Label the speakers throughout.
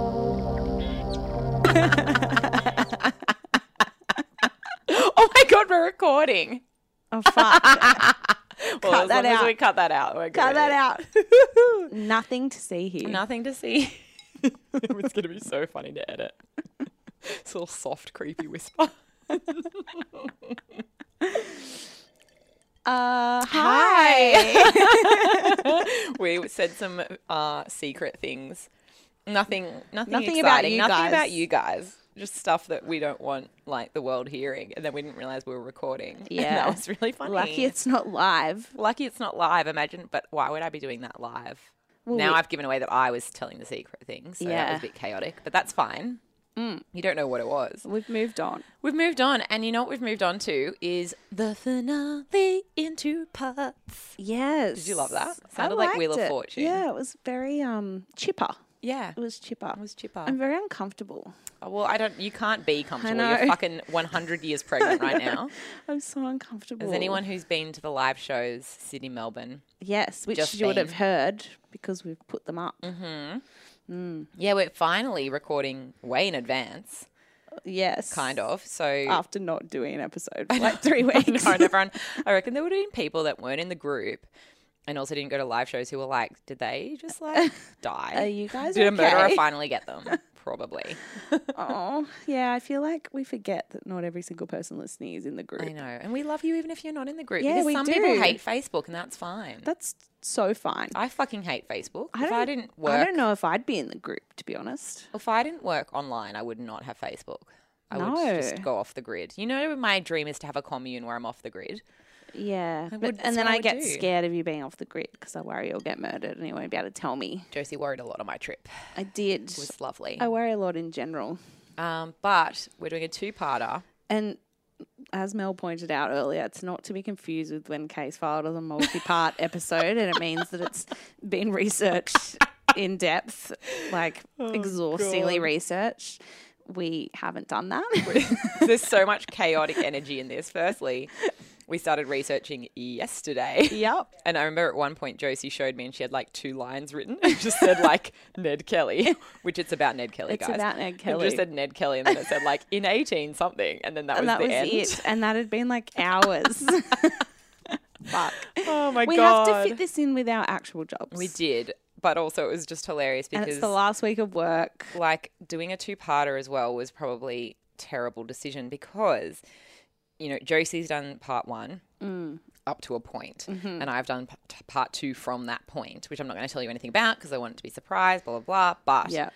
Speaker 1: Oh recording.
Speaker 2: Oh fuck!
Speaker 1: Well,
Speaker 2: Cut
Speaker 1: as
Speaker 2: that
Speaker 1: long as
Speaker 2: out.
Speaker 1: we cut that out. We're
Speaker 2: Cut
Speaker 1: good.
Speaker 2: that out. Nothing to see here.
Speaker 1: Nothing to see. it's gonna be so funny to edit. It's a little soft, creepy whisper.
Speaker 2: Uh, hi.
Speaker 1: we said some uh, secret things. Nothing, nothing,
Speaker 2: Nothing about
Speaker 1: exciting.
Speaker 2: you
Speaker 1: nothing
Speaker 2: guys.
Speaker 1: about you guys. Just stuff that we don't want like the world hearing, and then we didn't realize we were recording. And
Speaker 2: Yeah.
Speaker 1: that was really funny.
Speaker 2: Lucky it's not live.
Speaker 1: lucky it's not live. Imagine, but why would I be doing that live? now
Speaker 2: we-
Speaker 1: I've given away that I was telling the secret thing, so that
Speaker 2: Yeah. Mm.
Speaker 1: was a bit chaotic. But that's fine. You don't know what it was.
Speaker 2: We've moved on.
Speaker 1: We've moved on, and you know what we've moved on to is the finale in two parts.
Speaker 2: Yes.
Speaker 1: Did you love that?
Speaker 2: I
Speaker 1: Sounded like Wheel
Speaker 2: liked
Speaker 1: of
Speaker 2: it.
Speaker 1: Fortune.
Speaker 2: Yeah, it was very um chipper.
Speaker 1: Yeah,
Speaker 2: It was chipper.
Speaker 1: it was chipper.
Speaker 2: Mm. I'm very uncomfortable.
Speaker 1: Oh, Well, I don't. You can't be comfortable.
Speaker 2: know.
Speaker 1: You're fucking 100 years pregnant right now.
Speaker 2: I'm so uncomfortable.
Speaker 1: As anyone who's been to the live shows, Sydney, Melbourne,
Speaker 2: Yes, which
Speaker 1: just
Speaker 2: you would have
Speaker 1: been. Mm-hmm.
Speaker 2: heard because we've put them up.
Speaker 1: yeah, we're finally recording way in advance,
Speaker 2: Yes.
Speaker 1: kind of. So
Speaker 2: After not doing an episode for like three weeks.
Speaker 1: No, and everyone, I reckon there would have been people that weren't in the group and also didn't go to live shows who were like, did they just like die?
Speaker 2: Are you guys
Speaker 1: Did a murderer
Speaker 2: okay?
Speaker 1: finally get them? Probably.
Speaker 2: Oh, yeah. I feel like we forget that not every single person listening is in the
Speaker 1: I
Speaker 2: group.
Speaker 1: know. And we love you even if you're not in the group.
Speaker 2: Yeah,
Speaker 1: because
Speaker 2: we
Speaker 1: some people
Speaker 2: do.
Speaker 1: hate Facebook and that's fine.
Speaker 2: That's so fine.
Speaker 1: I fucking hate Facebook.
Speaker 2: I
Speaker 1: if I didn't work
Speaker 2: I don't know if I'd be in the group, to be honest.
Speaker 1: if I didn't work online, I would not have Facebook. I would just
Speaker 2: No.
Speaker 1: go off the grid. You know, my dream is to have a commune where I'm off the grid.
Speaker 2: Yeah. But,
Speaker 1: would- that's
Speaker 2: and then
Speaker 1: what I
Speaker 2: I
Speaker 1: would
Speaker 2: get
Speaker 1: do.
Speaker 2: scared of you being off the grid because I worry you'll get murdered and you won't be able to tell me.
Speaker 1: Josie worried a lot on my trip.
Speaker 2: I did.
Speaker 1: It was lovely.
Speaker 2: I worry a lot in general.
Speaker 1: Um, but we're doing a two-parter.
Speaker 2: And as Mel pointed out earlier, it's not to be confused with when Case filed as a multi part episode, and it means that it's been researched in depth, like exhaustingly researched. We haven't done that.
Speaker 1: There's so much chaotic energy in this. Firstly, we started researching yesterday.
Speaker 2: yep.
Speaker 1: And I remember at one point Josie showed me and she had like two lines written. It just said like Ned Kelly, which it's about Ned Kelly,
Speaker 2: It's
Speaker 1: guys.
Speaker 2: about Ned
Speaker 1: It
Speaker 2: Kelly.
Speaker 1: just said Ned Kelly and then it said like in 18 something. And then that
Speaker 2: And
Speaker 1: was
Speaker 2: that
Speaker 1: the
Speaker 2: was
Speaker 1: end.
Speaker 2: it. And that had been like hours. Fuck.
Speaker 1: Oh my
Speaker 2: We
Speaker 1: God.
Speaker 2: have to fit this in with our actual jobs.
Speaker 1: We did. But also it was just hilarious
Speaker 2: And
Speaker 1: because
Speaker 2: it's the last week of work.
Speaker 1: like doing a two-parter as well was probably terrible decision because you know Josie's done part one up to a point, and I've done p- t- part two from that point, which I'm not going to tell you anything about because I want it to be surprised, blah blah blah. But
Speaker 2: Yeah.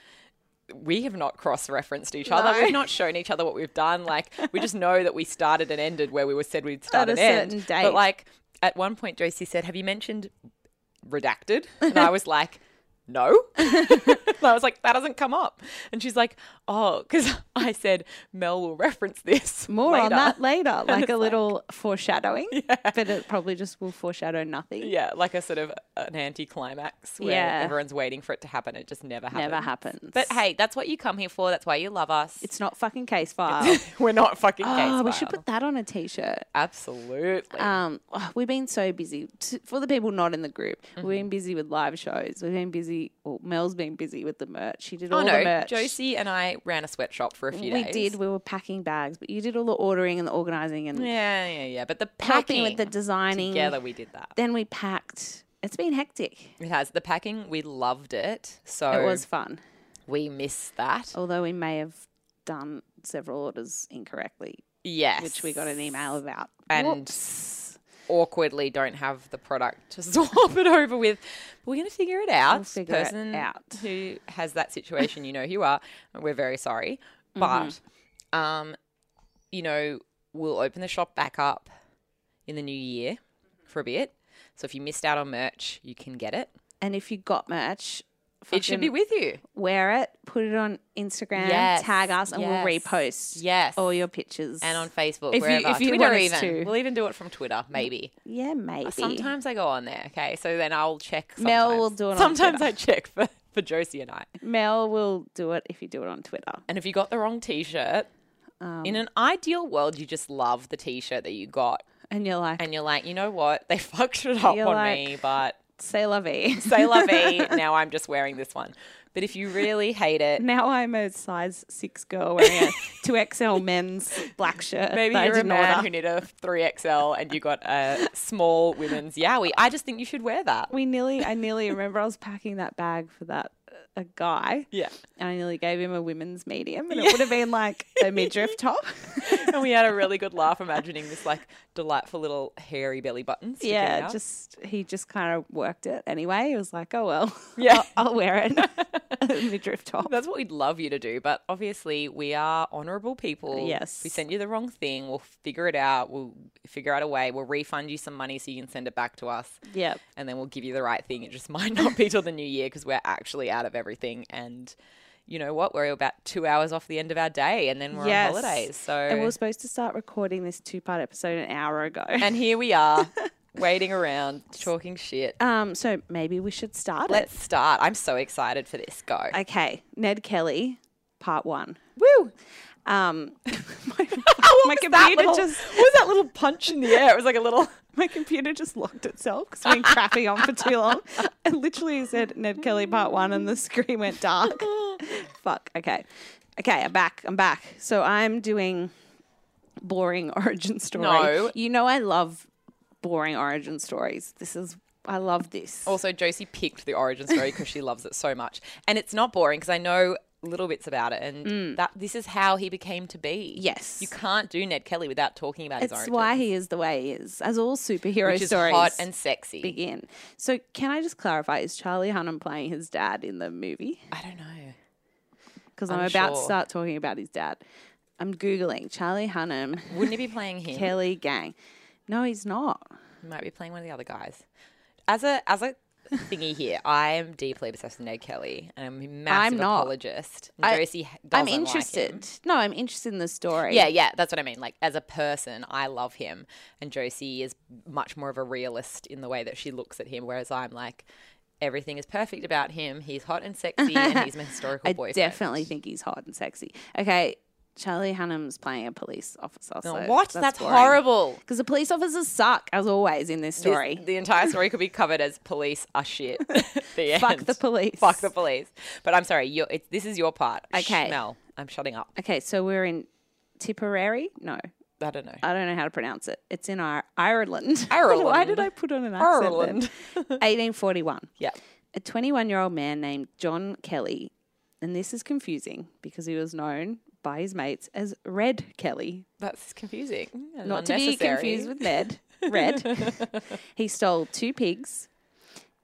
Speaker 1: we have not cross-referenced each other.
Speaker 2: No.
Speaker 1: We've not shown each other what we've done. Like we just know that we started and ended where we were said we'd start
Speaker 2: a
Speaker 1: and end.
Speaker 2: certain date.
Speaker 1: But like at one point, Josie said, "Have you mentioned redacted?" And I was like, "No." And I was like, "That doesn't come up." And she's like, "Oh, because I said Mel will reference this
Speaker 2: More on
Speaker 1: later."
Speaker 2: that later, like
Speaker 1: it's
Speaker 2: a
Speaker 1: like-
Speaker 2: little foreshadowing, but it probably just will foreshadow nothing.
Speaker 1: Yeah, like a sort of an anticlimax where
Speaker 2: Yeah.
Speaker 1: everyone's waiting for it to happen. It just never happens.
Speaker 2: Never happens.
Speaker 1: But hey, that's what you come here for. That's why you love us.
Speaker 2: It's not fucking case file.
Speaker 1: We're not fucking case
Speaker 2: oh, we should
Speaker 1: file.
Speaker 2: put that on a t-shirt.
Speaker 1: Absolutely.
Speaker 2: Um, oh, we've been so busy. T- for the people not in the group,
Speaker 1: Mm-hmm.
Speaker 2: we've been busy with live shows. We've been busy. Well, Mel's been busy with the merch. She did all
Speaker 1: oh
Speaker 2: the
Speaker 1: no,
Speaker 2: merch.
Speaker 1: Josie and I ran a sweatshop for a few
Speaker 2: we
Speaker 1: days.
Speaker 2: did. We were packing bags, but you did all the ordering and the organizing and
Speaker 1: Yeah, yeah, yeah. But the
Speaker 2: helping
Speaker 1: packing
Speaker 2: with the designing.
Speaker 1: together, we did that.
Speaker 2: Then we packed. It's been hectic.
Speaker 1: It has the packing. We loved it. So
Speaker 2: It was fun,
Speaker 1: we miss that.
Speaker 2: although we may have done several orders incorrectly,
Speaker 1: Yes,
Speaker 2: which we got an email about.
Speaker 1: And-
Speaker 2: Whoops.
Speaker 1: awkwardly don't have the product to swap it over with. But we're gonna figure it out.
Speaker 2: figure it
Speaker 1: Person
Speaker 2: out.
Speaker 1: who has that situation, you know who you are. We're very sorry,
Speaker 2: Mm-hmm.
Speaker 1: but um, you know we'll open the shop back up in the new year for a bit. So if you missed out on merch, you can get it.
Speaker 2: and if you got merch,
Speaker 1: It should be
Speaker 2: fucking
Speaker 1: with you.
Speaker 2: wear it, put it on Instagram,
Speaker 1: Yes,
Speaker 2: tag us, and we'll
Speaker 1: yes,
Speaker 2: repost
Speaker 1: yes.
Speaker 2: all your pictures.
Speaker 1: and on Facebook,
Speaker 2: Oh, If you-
Speaker 1: wherever.
Speaker 2: if you
Speaker 1: Twitter
Speaker 2: want us
Speaker 1: even.
Speaker 2: to.
Speaker 1: We'll even do it from Twitter, maybe.
Speaker 2: yeah, maybe
Speaker 1: Sometimes I go on there. Okay, so then I'll check. Sometimes.
Speaker 2: Mel will do it on
Speaker 1: Sometimes I check for for Josie and I.
Speaker 2: Mel will do it if you do it on Twitter.
Speaker 1: And if you got the wrong T-shirt,
Speaker 2: Um.
Speaker 1: in an ideal world, you just love the T-shirt that you got,
Speaker 2: And you're like,
Speaker 1: and you're like, you know what? They fucked it up
Speaker 2: You're
Speaker 1: on
Speaker 2: like-
Speaker 1: me, but
Speaker 2: say la vie.
Speaker 1: say la vie. now I'm just wearing this one. But if you really hate it,
Speaker 2: Now I'm a size six girl wearing a two XL men's black shirt.
Speaker 1: Maybe
Speaker 2: that I
Speaker 1: you're a
Speaker 2: didn't
Speaker 1: man
Speaker 2: order.
Speaker 1: who needed a 3XL and you got a small women's yowie. I just think you should wear that.
Speaker 2: We nearly, I nearly remember I was packing that bag for that uh, a guy,
Speaker 1: Yeah.
Speaker 2: and I nearly gave him a women's medium, and it would have been like a midriff top.
Speaker 1: and we had a really good laugh imagining this like delightful little hairy belly button. sticking
Speaker 2: yeah,
Speaker 1: out.
Speaker 2: just he just kind of worked it anyway. He was like, oh well,
Speaker 1: Yeah.
Speaker 2: I'll, I'll wear it, a midriff top.
Speaker 1: That's what we'd love you to do, but obviously we are honourable people.
Speaker 2: Yes.
Speaker 1: If we send you the wrong thing, we'll figure it out. We'll figure out a way. We'll refund you some money so you can send it back to us,
Speaker 2: Yep.
Speaker 1: and then we'll give you the right thing. It just might not be till the new year because we're actually out of everything. And you know what? We're about two hours off the end of our day, and then we're
Speaker 2: Yes.
Speaker 1: on holidays. So
Speaker 2: And we were supposed to start recording this two part episode an hour ago.
Speaker 1: and here we are, waiting around, talking shit.
Speaker 2: um, so maybe we should start it.
Speaker 1: Let's start. I'm so excited for this. Go.
Speaker 2: Okay, Ned Kelly, part one.
Speaker 1: Woo!
Speaker 2: Um, my,
Speaker 1: What
Speaker 2: my
Speaker 1: was that
Speaker 2: computer
Speaker 1: little-
Speaker 2: just
Speaker 1: what was that little punch in the air? It was like a little.
Speaker 2: my computer just locked itself because we've been crapping on for too long. I literally said Ned Kelly part one, and the screen went dark. Fuck. Okay, okay, I'm back. I'm back. So I'm doing boring origin story.
Speaker 1: No.
Speaker 2: you know I love boring origin stories. This is I love this.
Speaker 1: Also, Josie picked the origin story because she loves it so much, and it's not boring because I know little bits about it, and that this is how he became to be.
Speaker 2: Mm. Yes.
Speaker 1: you can't do Ned Kelly without talking about his
Speaker 2: It's
Speaker 1: origin.
Speaker 2: why he is the way he is, as all superhero
Speaker 1: which is
Speaker 2: stories.
Speaker 1: hot and sexy.
Speaker 2: begin. So can I just clarify? Is Charlie Hunnam playing his dad in the movie?
Speaker 1: I don't know.
Speaker 2: Because I'm,
Speaker 1: I'm
Speaker 2: about to
Speaker 1: sure.
Speaker 2: start talking about his dad. I'm googling Charlie Hunnam,
Speaker 1: Wouldn't he be playing him?
Speaker 2: Kelly Gang. No, he's not.
Speaker 1: He might be playing one of the other guys. As a as a thingy here, I am deeply obsessed with Ned Kelly, and I'm a massive
Speaker 2: I'm not.
Speaker 1: apologist. And Josie h- doesn't
Speaker 2: I'm
Speaker 1: like him.
Speaker 2: interested. no, I'm interested in the story.
Speaker 1: Yeah, yeah, that's what I mean. Like as a person, I love him, and Josie is much more of a realist in the way that she looks at him, whereas I'm like, everything is perfect about him. He's hot and sexy, and he's my historical
Speaker 2: I
Speaker 1: boyfriend.
Speaker 2: definitely think he's hot and sexy. Okay, Charlie Hunnam's playing a police officer.
Speaker 1: Oh,
Speaker 2: so
Speaker 1: what? That's, horrible.
Speaker 2: Because the police officers suck, as always, in this
Speaker 1: This-
Speaker 2: story.
Speaker 1: the entire story could be covered as police are shit. the
Speaker 2: Fuck
Speaker 1: end.
Speaker 2: the police.
Speaker 1: Fuck the police. But I'm sorry, you're, it, this is your part.
Speaker 2: Okay.
Speaker 1: Mel, I'm shutting up.
Speaker 2: Okay, so we're in Tipperary? No.
Speaker 1: I don't know.
Speaker 2: I don't know how to pronounce it. It's in Ir- Ireland. Why
Speaker 1: Ireland.
Speaker 2: did I put on an accent? then?
Speaker 1: Ireland.
Speaker 2: 1841.
Speaker 1: yeah.
Speaker 2: A 21 year old man named John Kelly, and this is confusing because he was known by his mates as Red Kelly,
Speaker 1: That's confusing. and
Speaker 2: not to be
Speaker 1: unnecessary.
Speaker 2: confused with Ned. Red. he stole two pigs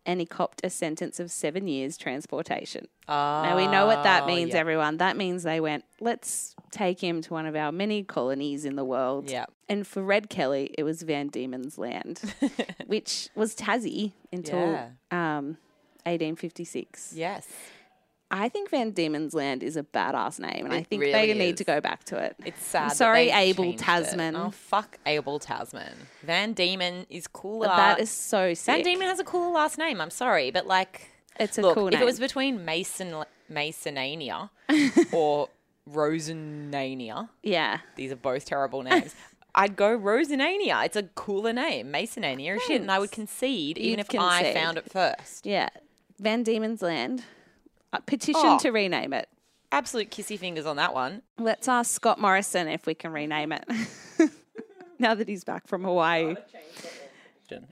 Speaker 2: and he copped a sentence of seven years transportation. Now we know what that
Speaker 1: Ah,
Speaker 2: means,
Speaker 1: yeah.
Speaker 2: everyone. That means they went, let's take him to one of our many colonies in the world.
Speaker 1: Yeah.
Speaker 2: And for Red Kelly, it was Van Diemen's Land, which was Tassie until
Speaker 1: Yeah.
Speaker 2: um, 1856.
Speaker 1: Yes.
Speaker 2: I think Van Diemen's Land is a badass name, and I
Speaker 1: It
Speaker 2: think they
Speaker 1: really
Speaker 2: need
Speaker 1: is.
Speaker 2: to go back to it.
Speaker 1: It's sad. that
Speaker 2: sorry,
Speaker 1: they've
Speaker 2: Abel
Speaker 1: changed it.
Speaker 2: Tasman.
Speaker 1: Oh, fuck Abel Tasman. Van Diemen is cooler.
Speaker 2: that is so
Speaker 1: Van
Speaker 2: sick.
Speaker 1: Diemen has a cooler last name. I'm sorry, but like,
Speaker 2: it's a
Speaker 1: look,
Speaker 2: cool
Speaker 1: if
Speaker 2: name.
Speaker 1: it was between Mason Masonania or Rosenania,
Speaker 2: yeah,
Speaker 1: these are both terrible names. I'd go Rosenania. It's a cooler name. Masonania is shit, and I would concede even
Speaker 2: You'd
Speaker 1: if I
Speaker 2: concede.
Speaker 1: found it first.
Speaker 2: yeah. Van Diemen's Land. Uh, petition
Speaker 1: Oh.
Speaker 2: to rename it.
Speaker 1: Absolute kissy fingers on that one.
Speaker 2: Let's ask Scott Morrison if we can rename it. now that he's back from Hawaii.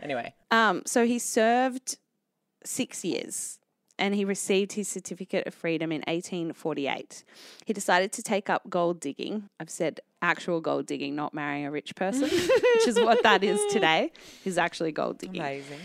Speaker 1: Anyway,
Speaker 2: Um, so he served six years and he received his certificate of freedom in 1848. He decided to take up gold digging. I've said actual gold digging, not marrying a rich person, which is what that is today, is actually gold digging.
Speaker 1: amazing.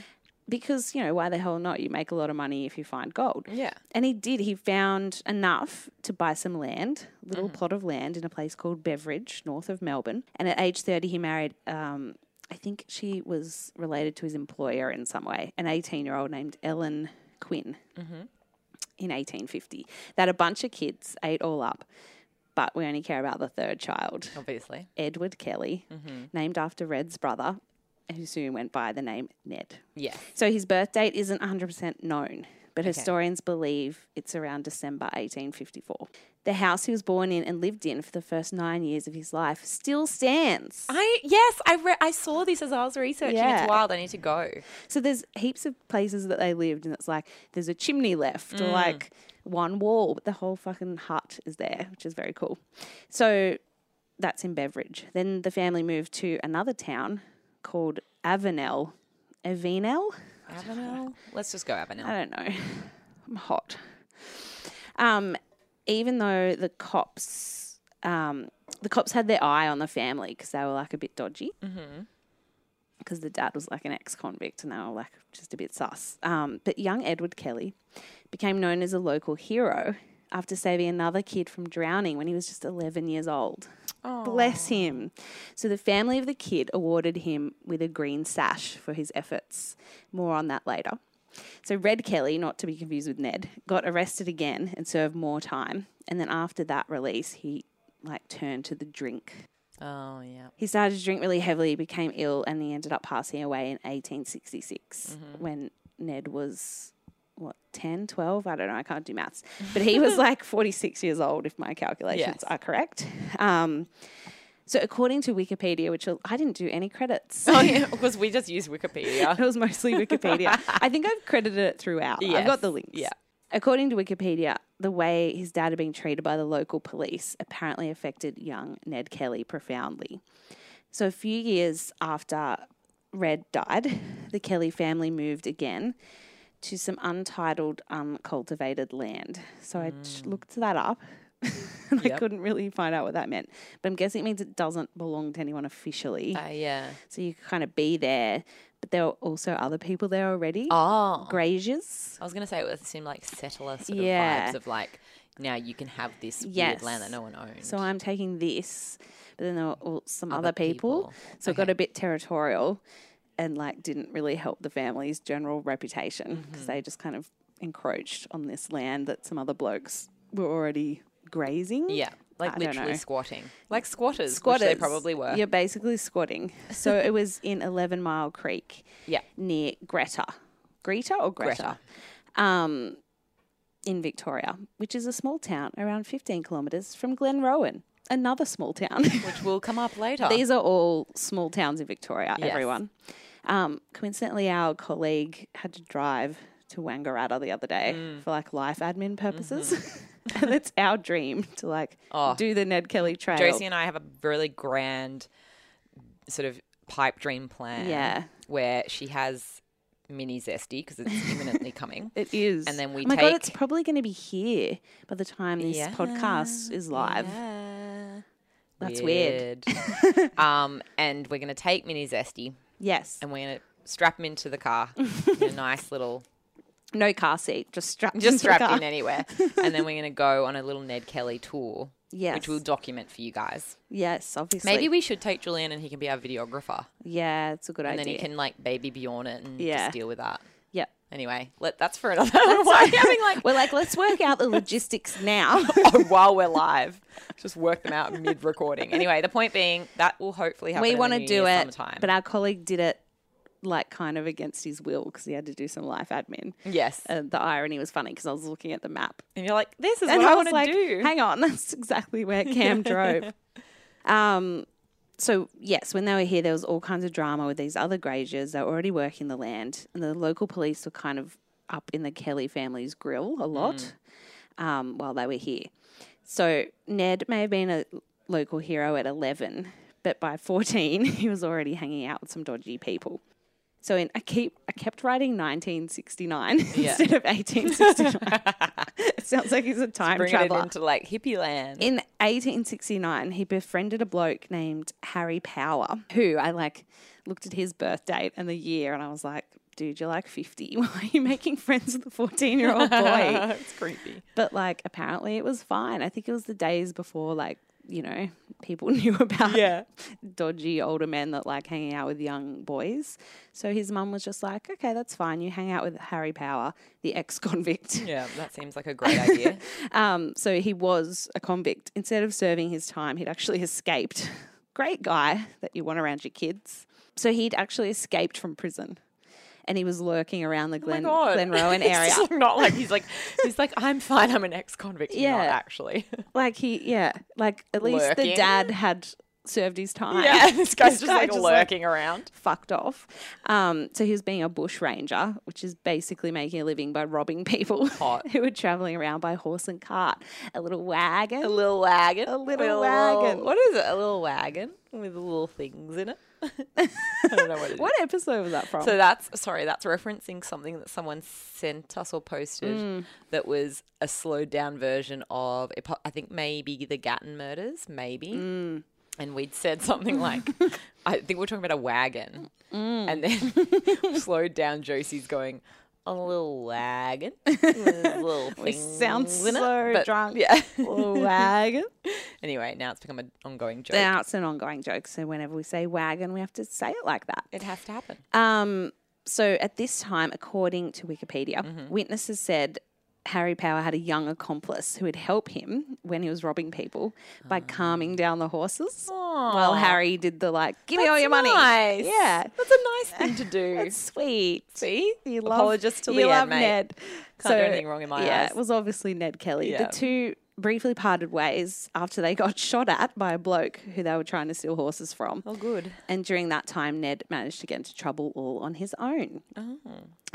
Speaker 2: Because, you know, why the hell not? You make a lot of money if you find gold.
Speaker 1: Yeah.
Speaker 2: And he did. He found enough to buy some land, little plot of land in a place called Beveridge, north of Melbourne. And at age 30, he married, um, I think she was related to his employer in some way, an 18 year old named Ellen Quinn in 1850. They had a bunch of kids, eight all up, but we only care about the third child,
Speaker 1: Obviously.
Speaker 2: Edward Kelly, named after Red's brother, who soon went by the name Ned.
Speaker 1: Yes.
Speaker 2: So his birth date isn't 100% known, but historians believe it's around December 1854. The house he was born in and lived in for the first nine years of his life still stands.
Speaker 1: I yes, I re- I saw this as I was researching.
Speaker 2: Yeah.
Speaker 1: It's wild. I need to go.
Speaker 2: So there's heaps of places that they lived, and it's like there's a chimney left, or like one wall, but the whole fucking hut is there, which is very cool. So that's in Beveridge. Then the family moved to another town called Avenel. Avenel?
Speaker 1: Avenel? Let's just go
Speaker 2: I
Speaker 1: Avenel.
Speaker 2: don't know. I'm hot. Um, even though the cops, um, the cops had their eye on the family because they were like a bit dodgy. Because the dad was like an ex-convict and they were like just a bit sus. Um, but young Edward Kelly became known as a local hero after saving another kid from drowning when he was just 11 years old. Bless him. So the family of the kid awarded him with a green sash for his efforts. More on that later. So Red Kelly, not to be confused with Ned, got arrested again and served more time. And then after that release, he like turned to the drink.
Speaker 1: Oh, yeah.
Speaker 2: He started to drink really heavily, became ill, and he ended up passing away in 1866 when Ned was what 10, 12, I don't know, I can't do maths. But he was like 46 years old if my calculations
Speaker 1: Yes.
Speaker 2: are correct. Um so according to Wikipedia, which I didn't do any credits.
Speaker 1: Oh, yeah. Because we just use Wikipedia.
Speaker 2: It was mostly Wikipedia. I think I've credited it throughout. I've
Speaker 1: Yes,
Speaker 2: got the links.
Speaker 1: yeah.
Speaker 2: According to Wikipedia, the way his dad had been treated by the local police apparently affected young Ned Kelly profoundly. So a few years after Red died, the Kelly family moved again to some untitled, uncultivated land. So I ch- looked that up. and I
Speaker 1: Mm. Yep.
Speaker 2: couldn't really find out what that meant, but I'm guessing it means it doesn't belong to anyone officially.
Speaker 1: Uh, yeah.
Speaker 2: So you could kind of be there, but there were also other people there already.
Speaker 1: Oh.
Speaker 2: Graziers.
Speaker 1: I was going to say it seemed like settler sort
Speaker 2: Yeah.
Speaker 1: of vibes of like, now you can have this
Speaker 2: Yes.
Speaker 1: weird land that no one owns.
Speaker 2: So I'm taking this, but then there were all, some other, people.
Speaker 1: people.
Speaker 2: So it got a bit territorial and like didn't really help the family's general reputation because
Speaker 1: Mm-hmm.
Speaker 2: they just kind of encroached on this land that some other blokes were already grazing.
Speaker 1: yeah. Like
Speaker 2: I don't
Speaker 1: literally
Speaker 2: know.
Speaker 1: squatting. Like squatters. Squatters.
Speaker 2: Squatters.
Speaker 1: they probably were.
Speaker 2: You're basically squatting. So it was in 11 Mile Creek
Speaker 1: Yeah.
Speaker 2: near Greta. Greta or Greta? Um, in Victoria, which is a small town around 15 kilometres from Glen Rowan, another small town.
Speaker 1: Which will come up later.
Speaker 2: These are all small towns in Victoria,
Speaker 1: Yes.
Speaker 2: everyone. Um, coincidentally, our colleague had to drive to Wangaratta the other day
Speaker 1: Mm.
Speaker 2: for like life admin purposes.
Speaker 1: Mm-hmm.
Speaker 2: and it's our dream to like
Speaker 1: Oh.
Speaker 2: do the Ned Kelly Trail.
Speaker 1: Josie and I have a really grand sort of pipe dream plan.
Speaker 2: Yeah.
Speaker 1: Where she has mini zesty because it's imminently coming.
Speaker 2: It is.
Speaker 1: And then we
Speaker 2: oh my God,
Speaker 1: take-
Speaker 2: it's probably going to be here by the time this podcast is live.
Speaker 1: Yeah.
Speaker 2: That's weird.
Speaker 1: Weird. um, and we're going to take mini zesty
Speaker 2: Yes.
Speaker 1: and we're going to strap him into the car in a nice little
Speaker 2: No car seat, just strapped
Speaker 1: just
Speaker 2: into the
Speaker 1: strapped
Speaker 2: car.
Speaker 1: in anywhere. and then we're going to go on a little Ned Kelly tour,
Speaker 2: Yes.
Speaker 1: which we'll document for you guys.
Speaker 2: Yes, obviously.
Speaker 1: Maybe we should take Julian and he can be our videographer.
Speaker 2: Yeah, it's a good
Speaker 1: And
Speaker 2: idea.
Speaker 1: then he can like baby Bjorn it and
Speaker 2: Yeah.
Speaker 1: just deal with that.
Speaker 2: Yep.
Speaker 1: Anyway, let, that's for another. Why are we having like
Speaker 2: We're like, let's work out the logistics now.
Speaker 1: while we're live? Just work them out mid recording. Anyway, the point being that will hopefully happen.
Speaker 2: we
Speaker 1: want to
Speaker 2: do it,
Speaker 1: sometime.
Speaker 2: but our colleague did it like kind of against his will because he had to do some life admin.
Speaker 1: yes,
Speaker 2: And the irony was funny because I was looking at the map
Speaker 1: and you're like, this is
Speaker 2: and
Speaker 1: what I,
Speaker 2: I
Speaker 1: want
Speaker 2: was
Speaker 1: to
Speaker 2: like,
Speaker 1: do.
Speaker 2: hang on, that's exactly where Cam drove. Um, so yes, when they were here, there was all kinds of drama with these other graziers. They were already working the land, and the local police were kind of up in the Kelly family's grill a lot
Speaker 1: Mm.
Speaker 2: um, while they were here. So Ned may have been a local hero at eleven, but by fourteen, he was already hanging out with some dodgy people. So in, I keep I kept writing 1969 instead of 1869. it sounds like he's a time
Speaker 1: Bring it
Speaker 2: traveler.
Speaker 1: into like hippie land.
Speaker 2: In 1869, he befriended a bloke named Harry Power, who I like looked at his birth date and the year, and I was like, dude, you're like 50. Why are you making friends with a 14 year old oh, boy?
Speaker 1: it's creepy.
Speaker 2: but like, apparently it was fine. I think it was the days before, like, you know, people knew about
Speaker 1: Yeah.
Speaker 2: dodgy older men that like hanging out with young boys. So his mum was just like, okay, that's fine. You hang out with Harry Power, the ex convict.
Speaker 1: Yeah, that seems like a great idea.
Speaker 2: Um, so he was a convict. Instead of serving his time, he'd actually escaped. Great guy that you want around your kids. So he'd actually escaped from prison and he was lurking around the Glen,
Speaker 1: Oh God.
Speaker 2: Glen Rowan
Speaker 1: It's
Speaker 2: area.
Speaker 1: just, like, not like he's like he's like I'm fine. I'm an ex-convict. Yeah,
Speaker 2: Yeah.
Speaker 1: not actually.
Speaker 2: like he, yeah, like at least the
Speaker 1: Lurking.
Speaker 2: dad had served his time.
Speaker 1: Yeah, this guy's just
Speaker 2: guy
Speaker 1: like
Speaker 2: just, like,
Speaker 1: lurking around.
Speaker 2: Fucked off. Um, so he was being a bush ranger, which is basically making a living by robbing people
Speaker 1: Hot.
Speaker 2: who were traveling around by horse and cart. A little wagon.
Speaker 1: A little wagon. A
Speaker 2: little wagon.
Speaker 1: what is it? A little wagon with little things in it. I don't know what it is.
Speaker 2: what episode was that from?
Speaker 1: So that's sorry, that's referencing something that someone sent us or posted that was a slowed down version of it po- I think maybe the Gatton murders, maybe. And we'd said something like, I think we we're talking about a wagon. And then slowed down Josie's going, a little wagon. with little
Speaker 2: we sound
Speaker 1: things in it."
Speaker 2: so
Speaker 1: But-
Speaker 2: drunk.
Speaker 1: Yeah.
Speaker 2: Little wagon.
Speaker 1: anyway, now it's become an ongoing joke.
Speaker 2: Now it's an ongoing joke. So whenever we say wagon, we have to say it like that.
Speaker 1: It has to happen.
Speaker 2: Um, so at this time, according to Wikipedia,
Speaker 1: Mm-hmm.
Speaker 2: witnesses said Harry Power had a young accomplice who would help him when he was robbing people
Speaker 1: Ah.
Speaker 2: by calming down the horses while Harry did the like, give me all your money.
Speaker 1: Nice.
Speaker 2: Yeah.
Speaker 1: That's a nice thing to do.
Speaker 2: That's sweet.
Speaker 1: See?
Speaker 2: You love,
Speaker 1: Apologist to
Speaker 2: you
Speaker 1: Leanne,
Speaker 2: love
Speaker 1: mate.
Speaker 2: Ned.
Speaker 1: Can't do anything wrong in my
Speaker 2: yeah,
Speaker 1: eyes.
Speaker 2: it was obviously Ned Kelly.
Speaker 1: Yeah.
Speaker 2: The two briefly parted ways after they got shot at by a bloke who they were trying to steal horses from.
Speaker 1: Oh, good.
Speaker 2: And during that time, Ned managed to get into trouble all on his own.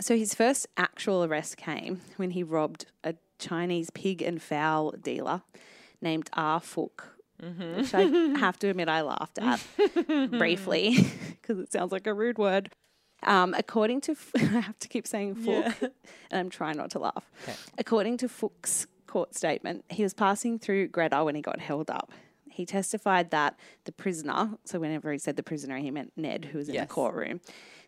Speaker 2: So his first actual arrest came when he robbed a Chinese pig and fowl dealer named R. Fook, which I have to admit I laughed at briefly because it sounds like a rude word. Um, according to, F- I have to keep saying Fook, and I'm trying not to laugh. According to Fook's court statement, he was passing through Greta when he got held up. He testified that the prisoner, so whenever he said the prisoner, he meant Ned, who was in
Speaker 1: Yes.
Speaker 2: the courtroom,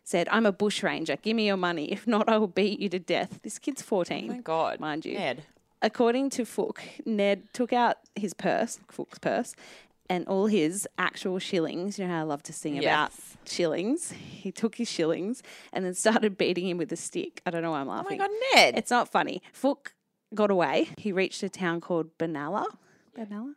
Speaker 2: said, I'm a bushranger. Give me your money. If not, I will beat you to death. This kid's 14.
Speaker 1: Thank God.
Speaker 2: mind you.
Speaker 1: Ned. Oh
Speaker 2: According to Fook, Ned took out his purse, Fook's purse, and all his actual shillings. You know how I love to sing
Speaker 1: Yes.
Speaker 2: about shillings. He took his shillings and then started beating him with a stick. I don't know why I'm
Speaker 1: Oh
Speaker 2: laughing.
Speaker 1: my God, Ned.
Speaker 2: It's not funny. Fook got away. He reached a town called Benalla, Benalla,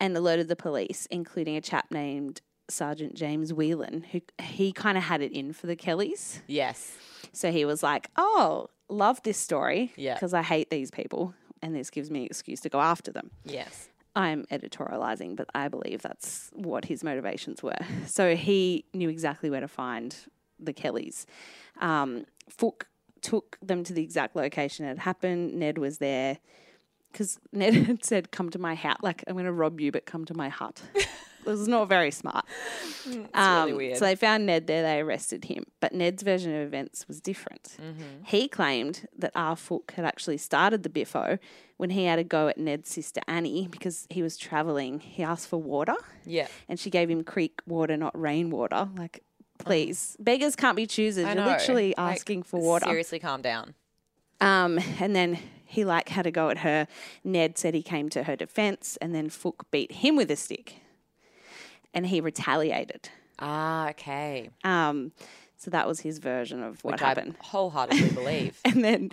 Speaker 2: and alerted the police, including a chap named Sergeant James Whelan, who he kind of had it in for the Kellys.
Speaker 1: yes.
Speaker 2: So he was like, "Oh, love this story
Speaker 1: Yeah.
Speaker 2: because I hate these people, and this gives me an excuse to go after them."
Speaker 1: Yes.
Speaker 2: I'm editorializing, but I believe that's what his motivations were. So he knew exactly where to find the Kellys. Um, Fook took them to the exact location it had happened. Ned was there because Ned had said, Come to my house. Like, I'm going to rob you, but come to my hut. it was not very smart. Um,
Speaker 1: really weird.
Speaker 2: So they found Ned there. They arrested him. But Ned's version of events was different.
Speaker 1: Mm-hmm.
Speaker 2: He claimed that R. Fook had actually started the biffo when he had a go at Ned's sister Annie because he was traveling. He asked for water
Speaker 1: Yeah.
Speaker 2: and she gave him creek water, not rainwater. Like, please, beggars can't be choosers.
Speaker 1: Mm. I
Speaker 2: You're
Speaker 1: know.
Speaker 2: literally
Speaker 1: Like,
Speaker 2: asking for water.
Speaker 1: Seriously, calm down.
Speaker 2: Um, and then he like had a go at her. Ned said he came to her defense, and then Fook beat him with a stick, and he retaliated.
Speaker 1: Ah, okay.
Speaker 2: Um, so that was his version of what
Speaker 1: Which
Speaker 2: happened.
Speaker 1: I wholeheartedly believe.
Speaker 2: And then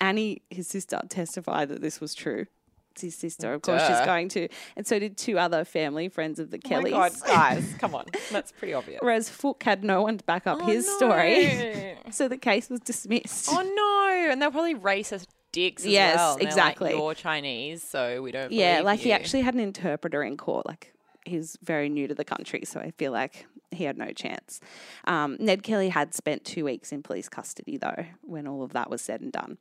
Speaker 2: Annie, his sister, testified that this was true. It's his sister, of course, she's
Speaker 1: Duh.
Speaker 2: going to, and so did two other family friends of the
Speaker 1: Oh my
Speaker 2: Kellys.
Speaker 1: God, guys, come on. That's pretty obvious.
Speaker 2: Whereas Fook had no one to back up his story,
Speaker 1: Oh, No.
Speaker 2: so the case was dismissed.
Speaker 1: Oh no! And they're probably racist dicks. As
Speaker 2: Yes,
Speaker 1: well. And they're like,
Speaker 2: exactly.
Speaker 1: You're Chinese, so we don't.
Speaker 2: Yeah,
Speaker 1: believe
Speaker 2: like he
Speaker 1: you."
Speaker 2: actually had an interpreter in court. Like he was very new to the country, so I feel like he had no chance. Um, Ned Kelly had spent two weeks in police custody though, when all of that was said and done.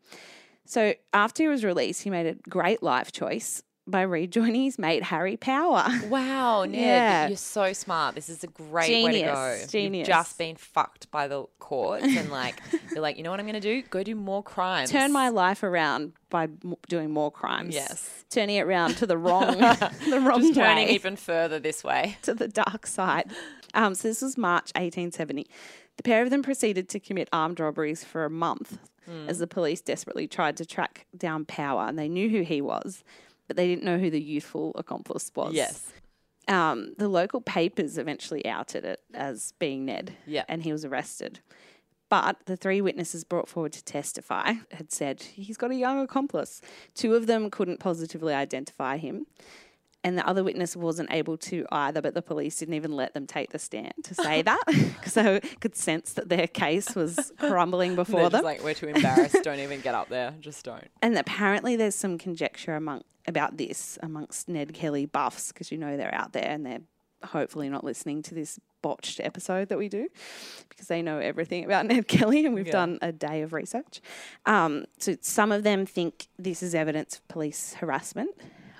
Speaker 2: So after he was released, he made a great life choice by rejoining his mate Harry Power.
Speaker 1: Wow, Ned,
Speaker 2: Yeah.
Speaker 1: you're so smart. This is a great way to go.
Speaker 2: Genius, genius.
Speaker 1: You've just been fucked by the courts, and like you're like, you know what I'm going to do? Go do more crimes.
Speaker 2: Turn my life around by m- doing more crimes.
Speaker 1: Yes.
Speaker 2: turning it around to the wrong, the wrong
Speaker 1: Just
Speaker 2: way.
Speaker 1: turning even further this way.
Speaker 2: to the dark side. Um, so this was March 1870. The pair of them proceeded to commit armed robberies for a month as the police desperately tried to track down Power and they knew who he was, but they didn't know who the youthful accomplice was.
Speaker 1: Yes.
Speaker 2: Um, the local papers eventually outed it as being Ned
Speaker 1: Yeah.
Speaker 2: and he was arrested. But the three witnesses brought forward to testify had said he's got a young accomplice. Two of them couldn't positively identify him, and the other witness wasn't able to either. But the police didn't even let them take the stand to say that because I could sense that their case was crumbling
Speaker 1: They're
Speaker 2: before
Speaker 1: just
Speaker 2: them.
Speaker 1: like we're too embarrassed. don't even get up there. Just don't.
Speaker 2: and apparently, there's some conjecture among about this amongst Ned Kelly buffs because you know they're out there and they're hopefully not listening to this botched episode that we do because they know everything about Ned Kelly and we've done a day of research. Um, so some of them think this is evidence of police harassment.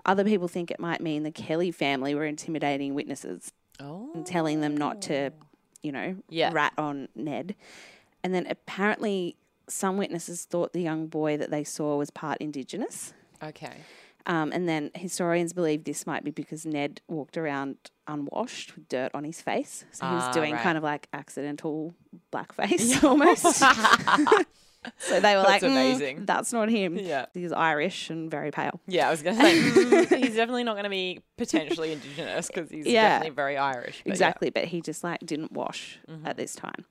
Speaker 2: Other people think it might mean the Kelly family were intimidating witnesses
Speaker 1: Oh.
Speaker 2: and telling them not to, you know,
Speaker 1: Yeah.
Speaker 2: rat on Ned. And then apparently some witnesses thought the young boy that they saw was part indigenous.
Speaker 1: Okay.
Speaker 2: Um, and then historians believe this might be because Ned walked around unwashed with dirt on his face. So he was
Speaker 1: Ah,
Speaker 2: doing
Speaker 1: right.
Speaker 2: kind of like accidental blackface almost. so they were like,
Speaker 1: That's
Speaker 2: "Mm,
Speaker 1: amazing."
Speaker 2: that's not him.
Speaker 1: Yeah.
Speaker 2: He's Irish and very pale.
Speaker 1: Yeah, I was going to say, mm, he's definitely not going to be potentially indigenous because he's
Speaker 2: Yeah.
Speaker 1: definitely very Irish. but yeah. Mm-hmm.
Speaker 2: exactly. But he just like didn't wash at this time.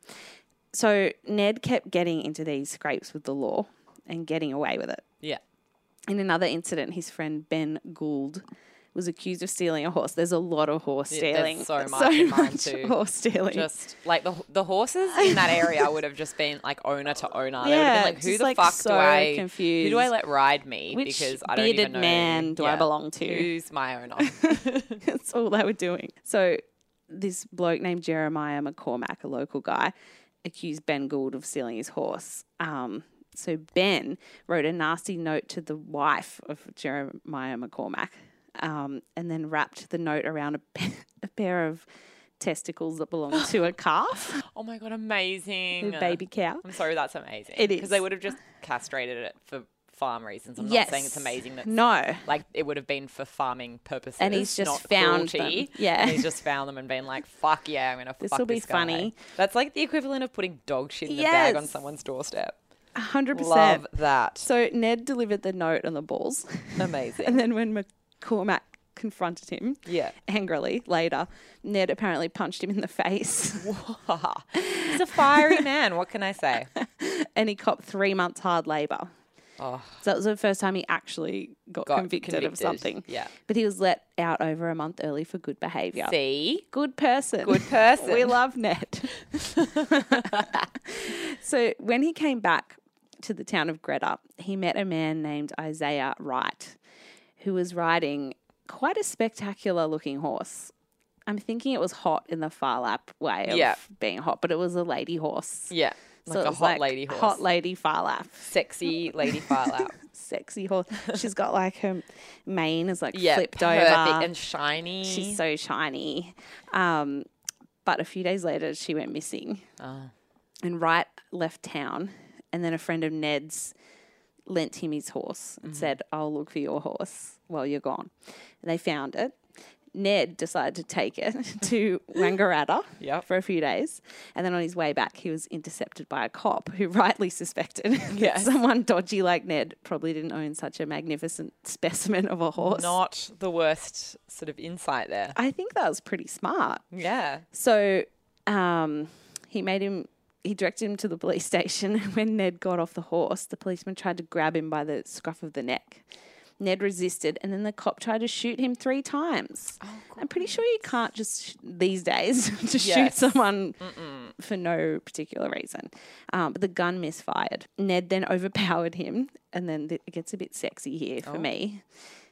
Speaker 2: So Ned kept getting into these scrapes with the law and getting away with it.
Speaker 1: Yeah.
Speaker 2: In another incident, his friend Ben Gould was accused of stealing a horse. There's a lot of horse
Speaker 1: Yeah, there's
Speaker 2: stealing.
Speaker 1: so much in mine too.
Speaker 2: horse stealing.
Speaker 1: Just like the the horses in that area would have just been like owner to owner. they would have
Speaker 2: Yeah,
Speaker 1: been like, who
Speaker 2: just,
Speaker 1: the
Speaker 2: like,
Speaker 1: fuck
Speaker 2: so
Speaker 1: do I Who do I
Speaker 2: confused.
Speaker 1: let ride me?
Speaker 2: Which
Speaker 1: because I don't
Speaker 2: bearded
Speaker 1: even know.
Speaker 2: man do I belong to?
Speaker 1: Who's my owner?
Speaker 2: That's all they were doing. So this bloke named Jeremiah McCormack, a local guy, accused Ben Gould of stealing his horse. Um, so Ben wrote a nasty note to the wife of Jeremiah McCormack, um, and then wrapped the note around a, pa- a pair of testicles that belonged to a calf,
Speaker 1: oh my god,
Speaker 2: a
Speaker 1: amazing!
Speaker 2: baby cow.
Speaker 1: I'm sorry, that's amazing.
Speaker 2: It
Speaker 1: because they
Speaker 2: is.
Speaker 1: would have just castrated it for farm reasons. I'm not saying it's amazing. That's
Speaker 2: no.
Speaker 1: like it would have been for farming purposes.
Speaker 2: And he's just
Speaker 1: not
Speaker 2: found
Speaker 1: cruelty.
Speaker 2: them. Yeah.
Speaker 1: and he's just found them and been like, "Fuck yeah, I'm gonna fuck
Speaker 2: will be
Speaker 1: this guy."
Speaker 2: funny.
Speaker 1: That's like the equivalent of putting dog shit in a bag on
Speaker 2: Yes.
Speaker 1: someone's doorstep.
Speaker 2: 100%.
Speaker 1: Love that.
Speaker 2: So Ned delivered the note on the balls.
Speaker 1: Amazing.
Speaker 2: And then when McCormack confronted him
Speaker 1: Yeah.
Speaker 2: angrily later, Ned apparently punched him in the face
Speaker 1: He's a fiery man. What can I say?
Speaker 2: and he copped three months hard labour.
Speaker 1: Oh,
Speaker 2: So that was the first time he actually Ah. got,
Speaker 1: got
Speaker 2: convicted, of something.
Speaker 1: Yeah.
Speaker 2: But he was let out over a month early for good behaviour.
Speaker 1: See.
Speaker 2: Good person.
Speaker 1: Good person.
Speaker 2: we love Ned. so when he came back to the town of Greta, he met a man named Isaiah Wright, who was riding quite a spectacular looking horse. I'm thinking it was hot in the far lap way of
Speaker 1: Yeah.
Speaker 2: being hot, but it was a lady horse.
Speaker 1: Yeah.
Speaker 2: So
Speaker 1: Like
Speaker 2: it
Speaker 1: a
Speaker 2: was
Speaker 1: hot lady horse.
Speaker 2: Hot lady far lap.
Speaker 1: Sexy lady far out.
Speaker 2: Sexy horse. She's got like her mane is like
Speaker 1: Yeah.
Speaker 2: flipped
Speaker 1: perfect
Speaker 2: over.
Speaker 1: and shiny.
Speaker 2: She's so shiny. Um, but a few days later, she went missing.
Speaker 1: Oh.
Speaker 2: And Wright left town. And then a friend of Ned's lent him his horse and said, I'll look for your horse while you're gone. And they found it. Ned decided to take it to Wangaratta
Speaker 1: Yep.
Speaker 2: for a few days. And then on his way back, he was intercepted by a cop who rightly suspected that
Speaker 1: Yes.
Speaker 2: someone dodgy like Ned probably didn't own such a magnificent specimen of a horse.
Speaker 1: Not the worst sort of insight there.
Speaker 2: I think that was pretty smart.
Speaker 1: Yeah.
Speaker 2: So um, he made him, he directed him to the police station. And when Ned got off the horse, the policeman tried to grab him by the scruff of the neck. Ned resisted, and then the cop tried to shoot him three times. I'm pretty sure you can't just sh- these days just shoot
Speaker 1: Yes.
Speaker 2: someone for no particular reason. Um, but the gun misfired. Ned then overpowered him, and then th- it gets a bit sexy here
Speaker 1: Oh.
Speaker 2: for me.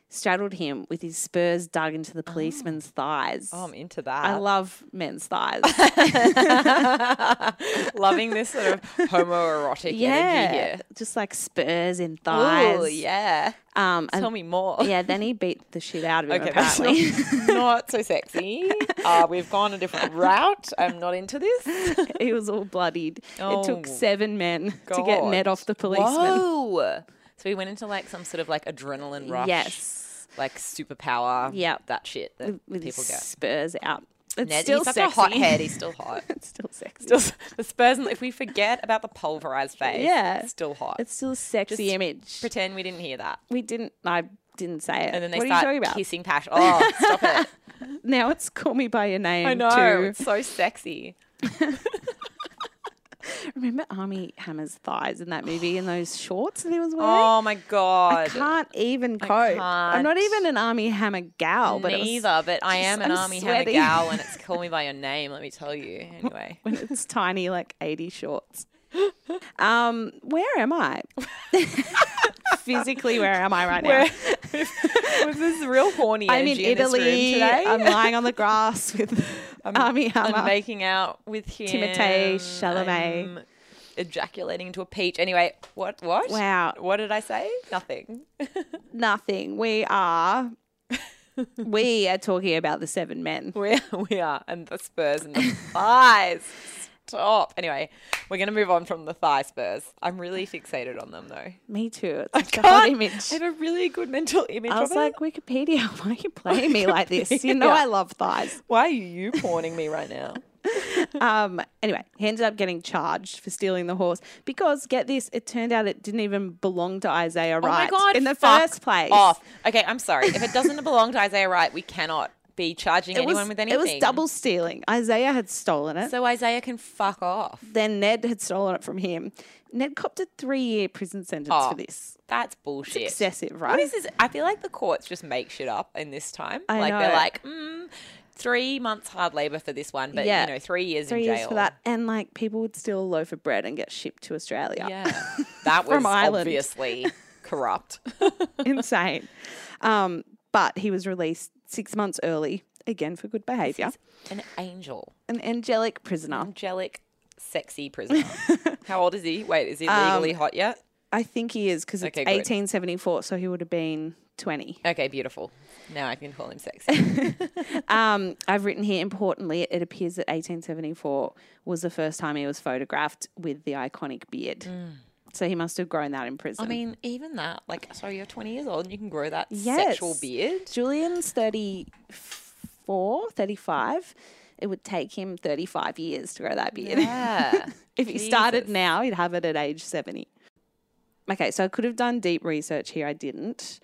Speaker 2: Straddled him with his spurs dug into the policeman's thighs.
Speaker 1: Oh, I'm into that.
Speaker 2: I love men's thighs.
Speaker 1: Loving this sort of homoerotic energy
Speaker 2: yeah.
Speaker 1: here.
Speaker 2: Just like spurs in thighs.
Speaker 1: Ooh, yeah.
Speaker 2: Um, and
Speaker 1: Tell me more.
Speaker 2: yeah, then he beat the shit out of him
Speaker 1: Okay, that's not,
Speaker 2: apparently.
Speaker 1: not so sexy. Uh, we've gone a different route. I'm not into this.
Speaker 2: he was all bloodied. It took
Speaker 1: Oh,
Speaker 2: seven men to get Ned
Speaker 1: God.
Speaker 2: off the policeman.
Speaker 1: Whoa. So we went into like some sort of like adrenaline rush.
Speaker 2: Yes.
Speaker 1: Like superpower.
Speaker 2: Yep.
Speaker 1: That shit that
Speaker 2: With his
Speaker 1: people get.
Speaker 2: spurs out. It's
Speaker 1: Ned,
Speaker 2: still
Speaker 1: he's such
Speaker 2: sexy.
Speaker 1: a hothead. He's still hot.
Speaker 2: it's still sexy.
Speaker 1: Still, the Spurs, and if we forget about the pulverized face,
Speaker 2: Yeah.
Speaker 1: it's still hot.
Speaker 2: it's still a sexy
Speaker 1: Just
Speaker 2: image.
Speaker 1: Pretend we didn't hear that.
Speaker 2: we didn't. I didn't say it.
Speaker 1: And then they
Speaker 2: what are you talking
Speaker 1: start
Speaker 2: about?
Speaker 1: kissing passion. Oh, stop it.
Speaker 2: Now it's call me by your name.
Speaker 1: I know.
Speaker 2: too.
Speaker 1: It's so sexy.
Speaker 2: Remember Army Hammer's thighs in that movie in those shorts that he was wearing?
Speaker 1: Oh my god.
Speaker 2: I can't even cope. I'm not
Speaker 1: can't.
Speaker 2: even an Army Hammer gal, but it was-
Speaker 1: Neither, Oh, but I am
Speaker 2: just-
Speaker 1: an
Speaker 2: I'm
Speaker 1: army hammer
Speaker 2: sweaty.
Speaker 1: gal, and it's call me by your name. Let me tell you. Anyway,
Speaker 2: when it's tiny, like 80 shorts. Um, where am I? Physically, where am I right now?
Speaker 1: was this real horny
Speaker 2: I'm in
Speaker 1: energy in
Speaker 2: Italy.
Speaker 1: this room today?
Speaker 2: I'm lying on the grass with
Speaker 1: I'm-
Speaker 2: Army Hammer.
Speaker 1: I'm making out with him.
Speaker 2: Timothée Chalamet.
Speaker 1: I'm ejaculating into a peach. Anyway, what? What?
Speaker 2: wow,
Speaker 1: What did I say? Nothing.
Speaker 2: nothing. We are. we are talking about the seven men.
Speaker 1: We are, we are, and the Spurs and the thighs. Stop. Anyway, we're going to move on from the thigh Spurs. I'm really fixated on them though.
Speaker 2: Me too. It's such a hot
Speaker 1: God,
Speaker 2: image.
Speaker 1: I have a really good mental image.
Speaker 2: I was
Speaker 1: of it.
Speaker 2: like, Wikipedia, why are you playing me like this? You know
Speaker 1: Wikipedia.
Speaker 2: I love thighs.
Speaker 1: why are you pawning me right now?
Speaker 2: Um, anyway, he ended up getting charged for stealing the horse because, get this, it turned out it didn't even belong to Isaiah
Speaker 1: Oh my
Speaker 2: Wright
Speaker 1: God,
Speaker 2: in the
Speaker 1: fuck
Speaker 2: first place.
Speaker 1: Off. Okay, I'm sorry. If it doesn't belong to Isaiah Wright, we cannot be charging
Speaker 2: It
Speaker 1: anyone
Speaker 2: was,
Speaker 1: with
Speaker 2: it
Speaker 1: anything.
Speaker 2: was double stealing. Isaiah had stolen it.
Speaker 1: So Isaiah can fuck off.
Speaker 2: then Ned had stolen it from him. Ned copped a three-year prison sentence
Speaker 1: Oh,
Speaker 2: for this.
Speaker 1: That's bullshit.
Speaker 2: Excessive, right?
Speaker 1: What is this? I feel like the courts just make shit up in this time.
Speaker 2: I
Speaker 1: like
Speaker 2: know.
Speaker 1: they're like, mm, three months hard labor for this one, but
Speaker 2: Yeah.
Speaker 1: you know, three years
Speaker 2: three
Speaker 1: in jail
Speaker 2: years for that? And like people would steal a loaf of bread and get shipped to Australia.
Speaker 1: Yeah, that was
Speaker 2: From Ireland.
Speaker 1: obviously corrupt.
Speaker 2: Insane. Um, but he was released six months early again for good behaviour.
Speaker 1: An angel,
Speaker 2: An angelic prisoner.
Speaker 1: angelic, sexy prisoner. How old is he? Wait, is he legally
Speaker 2: Um,
Speaker 1: hot yet?
Speaker 2: I think he is because it's
Speaker 1: Okay, good.
Speaker 2: 1874, so he would have been 20.
Speaker 1: Okay, beautiful. Now I can call him sexy.
Speaker 2: Um, I've written here importantly, it appears that 1874 was the first time he was photographed with the iconic beard. So he must have grown that in prison.
Speaker 1: I mean, even that, like, so you're 20 years old and you can grow that sexual
Speaker 2: Yes.
Speaker 1: beard.
Speaker 2: Julian's 34, 35. It would take him 35 years to grow that beard.
Speaker 1: Yeah.
Speaker 2: if he started now, he'd have it at age 70. Okay, so I could have done deep research here. I didn't.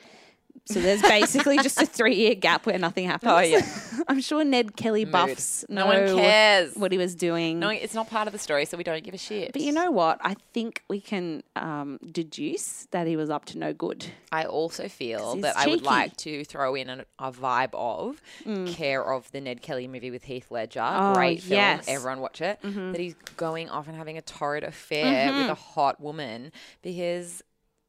Speaker 2: So there's basically just a three year gap where nothing happens.
Speaker 1: Oh, yeah.
Speaker 2: I'm sure Ned Kelly buffs
Speaker 1: No one
Speaker 2: know
Speaker 1: cares.
Speaker 2: what he was doing.
Speaker 1: No, it's not part of the story, so we don't give a shit.
Speaker 2: but you know what? I think we can um, deduce that he was up to no good.
Speaker 1: I also feel
Speaker 2: he's
Speaker 1: that I would
Speaker 2: cheeky. Mm.
Speaker 1: like to throw in an, a vibe of Care of the Ned Kelly movie with Heath Ledger.
Speaker 2: Oh,
Speaker 1: Great film.
Speaker 2: yes. Mm-hmm.
Speaker 1: Everyone watch it. That he's going off and having a torrid affair with a hot woman because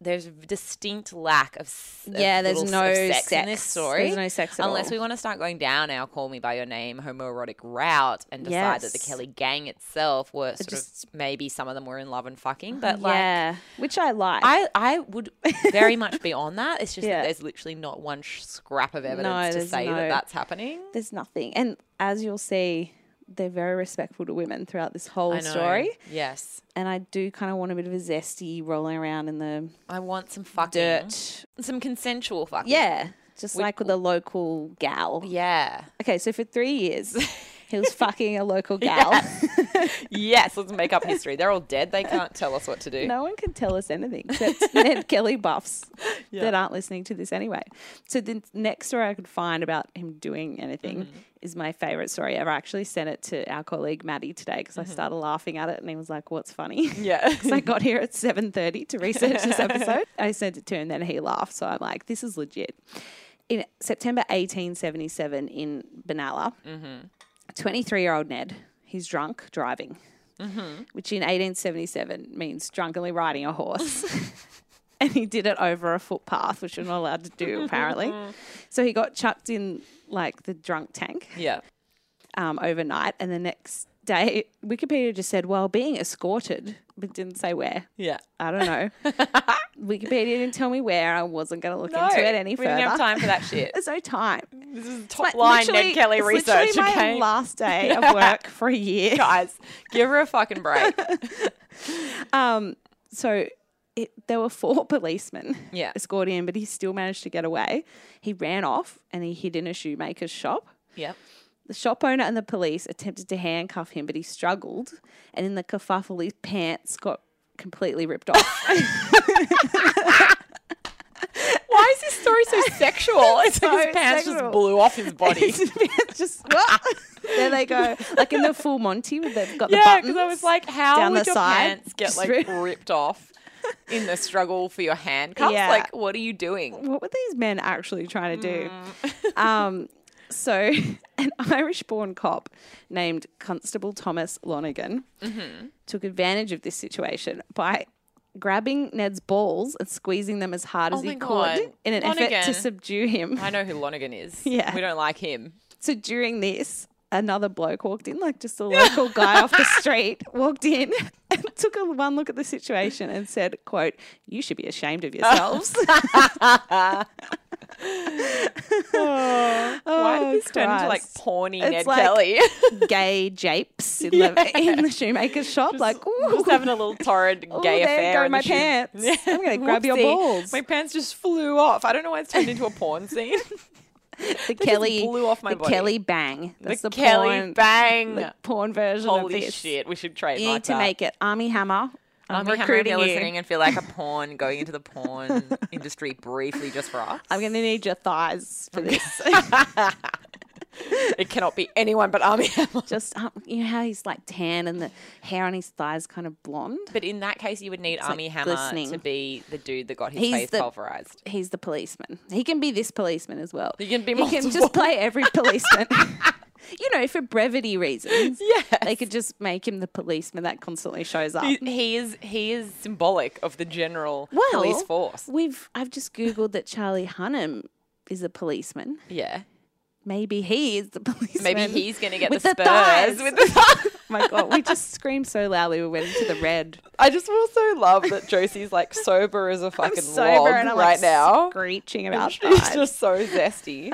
Speaker 1: there's a distinct lack of s- of
Speaker 2: Yeah, there's
Speaker 1: little s- of
Speaker 2: no
Speaker 1: sex, in this
Speaker 2: sex.
Speaker 1: story.
Speaker 2: There's no sex at
Speaker 1: unless
Speaker 2: all.
Speaker 1: we want to start going down our Call Me by Your Name homoerotic route and decide that the
Speaker 2: Yes.
Speaker 1: Kelly gang itself were sort
Speaker 2: just- Oh,
Speaker 1: of maybe some of them were in love and fucking, but like
Speaker 2: yeah, which I like.
Speaker 1: I, I would very much be on that. It's just
Speaker 2: Yeah.
Speaker 1: that there's literally not one sh- scrap of evidence
Speaker 2: No,
Speaker 1: to
Speaker 2: there's
Speaker 1: say
Speaker 2: no-
Speaker 1: that that's happening.
Speaker 2: There's nothing. And as you'll see, they're very respectful to women throughout this whole
Speaker 1: I know.
Speaker 2: story.
Speaker 1: Yes.
Speaker 2: And I do kind of want a bit of a zesty rolling around in the
Speaker 1: I want some fucking.
Speaker 2: dirt.
Speaker 1: Some consensual fucking.
Speaker 2: Yeah, just like with a local gal.
Speaker 1: Yeah.
Speaker 2: Okay, so for three years, he was fucking a local gal.
Speaker 1: yes. Let's make up history. They're all dead. They can't tell us what to do.
Speaker 2: No one can tell us anything except Ned Kelly buffs that aren't listening to this anyway. So the next story I could find about him doing anything is my favorite story ever. I actually sent it to our colleague Maddie today because I started laughing at it and he was like, "What's funny?"
Speaker 1: Yeah.
Speaker 2: Because I got here at seven thirty to research this episode. I sent it to him, then he laughed. So I'm like, "This is legit." In September 1877 in Benalla, 23 year old Ned, he's drunk driving which in 1877 means drunkenly riding a horse. and he did it over a footpath, which you're not allowed to do, apparently. so he got chucked in like the drunk tank
Speaker 1: Yeah.
Speaker 2: um, overnight. And the next day, Wikipedia just said, well, being escorted, but didn't say where.
Speaker 1: Yeah.
Speaker 2: I don't know. Wikipedia didn't tell me where. I wasn't going to look
Speaker 1: No,
Speaker 2: into it any
Speaker 1: we
Speaker 2: further.
Speaker 1: didn't have time for that shit.
Speaker 2: There's no time.
Speaker 1: This is top
Speaker 2: Like,
Speaker 1: line Ned
Speaker 2: literally-
Speaker 1: Kelly
Speaker 2: it's
Speaker 1: research.
Speaker 2: Literally my
Speaker 1: okay,
Speaker 2: last day of work for a year.
Speaker 1: guys, give her a fucking break.
Speaker 2: Um, so it, there were four policemen
Speaker 1: Yeah.
Speaker 2: escorting him, but he still managed to get away. He ran off and he hid in a shoemaker's shop.
Speaker 1: yep.
Speaker 2: The shop owner and the police attempted to handcuff him, but he struggled. And in the kerfuffle, his pants got completely ripped off.
Speaker 1: Why is this story so sexual? It's like
Speaker 2: So
Speaker 1: his pants
Speaker 2: sexual.
Speaker 1: just blew off his body.
Speaker 2: his pants just there they go, like in the full Monty. With they've got
Speaker 1: Yeah,
Speaker 2: the
Speaker 1: because
Speaker 2: buttons.
Speaker 1: I was like, how
Speaker 2: down
Speaker 1: would
Speaker 2: the
Speaker 1: your
Speaker 2: side,
Speaker 1: pants get
Speaker 2: just
Speaker 1: like
Speaker 2: rip-
Speaker 1: ripped off in the struggle for your handcuffs?
Speaker 2: Yeah.
Speaker 1: Like, what are you doing?
Speaker 2: what were these men actually trying to do? um, so, an Irish born cop Mm-hmm. named Constable Thomas Lonigan took advantage of this situation by grabbing Ned's balls and squeezing them as hard as
Speaker 1: my
Speaker 2: he
Speaker 1: God.
Speaker 2: could in an effort
Speaker 1: Lonergan.
Speaker 2: to subdue him.
Speaker 1: I know who Lonigan is.
Speaker 2: Yeah.
Speaker 1: We don't like him.
Speaker 2: So during this, another bloke walked in, like just a local guy off the street, walked in and took a one look at the situation and said, quote, you should be ashamed of yourselves. Oh,
Speaker 1: Why did this turn into like
Speaker 2: Oh, Christ.
Speaker 1: porny
Speaker 2: It's
Speaker 1: Ned
Speaker 2: like-
Speaker 1: Kelly?
Speaker 2: gay japes in, the, in the shoemaker's shop? like, ooh,
Speaker 1: Just having a little torrid
Speaker 2: ooh,
Speaker 1: gay affair.
Speaker 2: Oh, there go
Speaker 1: in
Speaker 2: my
Speaker 1: the shoe-
Speaker 2: pants. I'm going to grab your
Speaker 1: Whoopsie.
Speaker 2: balls.
Speaker 1: My pants just flew off. I don't know why it's turned into a porn scene.
Speaker 2: the Kelly,
Speaker 1: blew off my
Speaker 2: the
Speaker 1: body.
Speaker 2: Kelly bang. That's the,
Speaker 1: the, Kelly
Speaker 2: porn,
Speaker 1: bang.
Speaker 2: the porn version of
Speaker 1: Holy
Speaker 2: this.
Speaker 1: shit, we should
Speaker 2: You
Speaker 1: trademark
Speaker 2: need to
Speaker 1: that.
Speaker 2: make it army hammer. I'm,
Speaker 1: Army Hammer, if
Speaker 2: recruiting
Speaker 1: you're
Speaker 2: you.
Speaker 1: listening and feel like a porn going into the porn industry briefly just for us.
Speaker 2: I'm going to need your thighs for this.
Speaker 1: it cannot be anyone but Army Hammer.
Speaker 2: Just um, you know how he's like tan and the hair on his thighs kind of blonde.
Speaker 1: But in that case, you would need Army Hammer
Speaker 2: glistening.
Speaker 1: to be the dude that got his
Speaker 2: He's
Speaker 1: face
Speaker 2: the-
Speaker 1: pulverized.
Speaker 2: He's the policeman. He can be this policeman as well.
Speaker 1: He can be
Speaker 2: He can
Speaker 1: multiple.
Speaker 2: just play every policeman. you know, for brevity reasons.
Speaker 1: Yes.
Speaker 2: They could just make him the policeman that constantly shows up.
Speaker 1: He, he is he is symbolic of the general police
Speaker 2: Well,
Speaker 1: force.
Speaker 2: We've I've just googled that Charlie Hunnam is a policeman.
Speaker 1: Yeah,
Speaker 2: Maybe he is the policeman.
Speaker 1: maybe he's going to get
Speaker 2: with
Speaker 1: the
Speaker 2: the
Speaker 1: spurs.
Speaker 2: thighs.
Speaker 1: With the
Speaker 2: My God, we just screamed so loudly we went into the red.
Speaker 1: I just also love that Josie's like sober as a fucking log right
Speaker 2: like,
Speaker 1: now.
Speaker 2: screeching about
Speaker 1: She's
Speaker 2: thighs.
Speaker 1: just so zesty.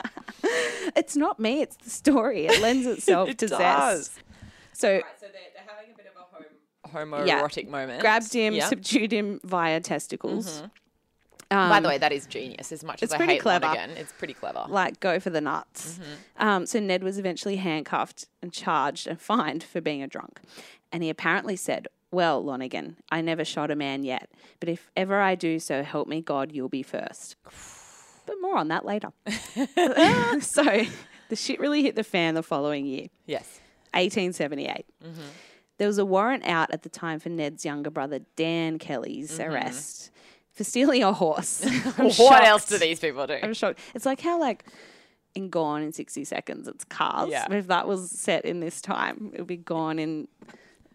Speaker 2: It's not me, it's the story. It lends itself
Speaker 1: It
Speaker 2: to
Speaker 1: does.
Speaker 2: zest. So
Speaker 1: So they're, they're having a bit of a home homoerotic moment.
Speaker 2: grabbed him,
Speaker 1: Yeah. Mm-hmm.
Speaker 2: subdued him via testicles.
Speaker 1: By the way, that is genius. As much as
Speaker 2: it's
Speaker 1: I
Speaker 2: pretty
Speaker 1: hate
Speaker 2: clever.
Speaker 1: Lonigan, it's pretty clever.
Speaker 2: Like, go for the nuts.
Speaker 1: Mm-hmm.
Speaker 2: Um, so Ned was eventually handcuffed and charged and fined for being a drunk. And he apparently said, Well, Lonigan, I never shot a man yet, but if ever I do so, help me God, you'll be first. But more on that later. so the shit really hit the fan the following year.
Speaker 1: yes.
Speaker 2: 1878.
Speaker 1: Mm-hmm.
Speaker 2: There was a warrant out at the time for Ned's younger brother, Dan Kelly's arrest for stealing a horse. I'm
Speaker 1: Mm-hmm. What
Speaker 2: shocked.
Speaker 1: else do these people do?
Speaker 2: I'm shocked. It's like how, like, in Gone in 60 Seconds, it's cars.
Speaker 1: Yeah.
Speaker 2: But if that was set in this time, it would be gone in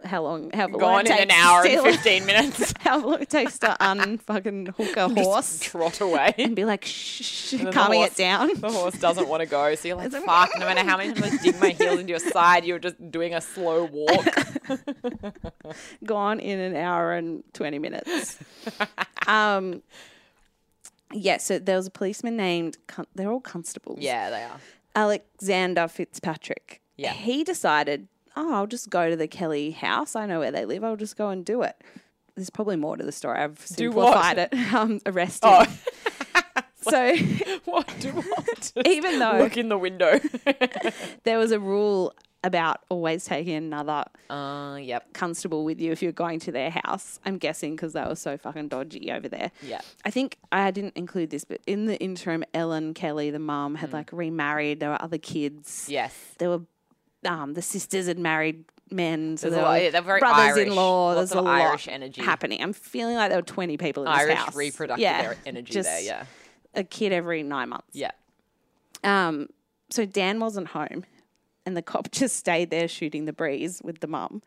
Speaker 2: how long? How long
Speaker 1: Gone
Speaker 2: it
Speaker 1: in an
Speaker 2: takes to
Speaker 1: hour and
Speaker 2: steal-
Speaker 1: 15 minutes.
Speaker 2: How long it takes to unfucking hook a horse
Speaker 1: Trot away.
Speaker 2: and be like, shh, shh,
Speaker 1: then the
Speaker 2: calming
Speaker 1: horse-
Speaker 2: it down.
Speaker 1: The horse doesn't want to go, so you're like,
Speaker 2: It's like,
Speaker 1: fuck, no matter how many times I dig my heels into your side, you're just doing a slow walk.
Speaker 2: gone in an hour and 20 minutes. um, yeah, so there was a policeman named, con- they're all constables.
Speaker 1: yeah, they are.
Speaker 2: Alexander Fitzpatrick.
Speaker 1: Yeah.
Speaker 2: He decided, oh, I'll just go to the Kelly house. I know where they live. I'll just go and do it. There's probably more to the story. I've
Speaker 1: what?
Speaker 2: simplified it. Um, arrested.
Speaker 1: Oh.
Speaker 2: so
Speaker 1: What do what?
Speaker 2: even though
Speaker 1: Look in the window.
Speaker 2: there was a rule about always taking another
Speaker 1: uh, yep.
Speaker 2: constable with you if you're going to their house. I'm guessing because they were so fucking dodgy over there.
Speaker 1: Yeah.
Speaker 2: I think I didn't include this, but in the interim, Ellen Kelly, the mum, had like remarried. There were other kids.
Speaker 1: Hmm. Yes.
Speaker 2: There were um, the sisters had married men. So
Speaker 1: There's a
Speaker 2: there
Speaker 1: lot-
Speaker 2: were
Speaker 1: yeah, they're very
Speaker 2: brothers-in-law.
Speaker 1: Irish.
Speaker 2: There's
Speaker 1: Lots of
Speaker 2: a lot
Speaker 1: Irish energy.
Speaker 2: happening. I'm feeling like there were 20 people in this
Speaker 1: Irish
Speaker 2: house.
Speaker 1: reproductive er- energy
Speaker 2: just
Speaker 1: there, yeah.
Speaker 2: A kid every nine months.
Speaker 1: Yeah.
Speaker 2: Um, so Dan wasn't home, and the cop just stayed there shooting the breeze with the mum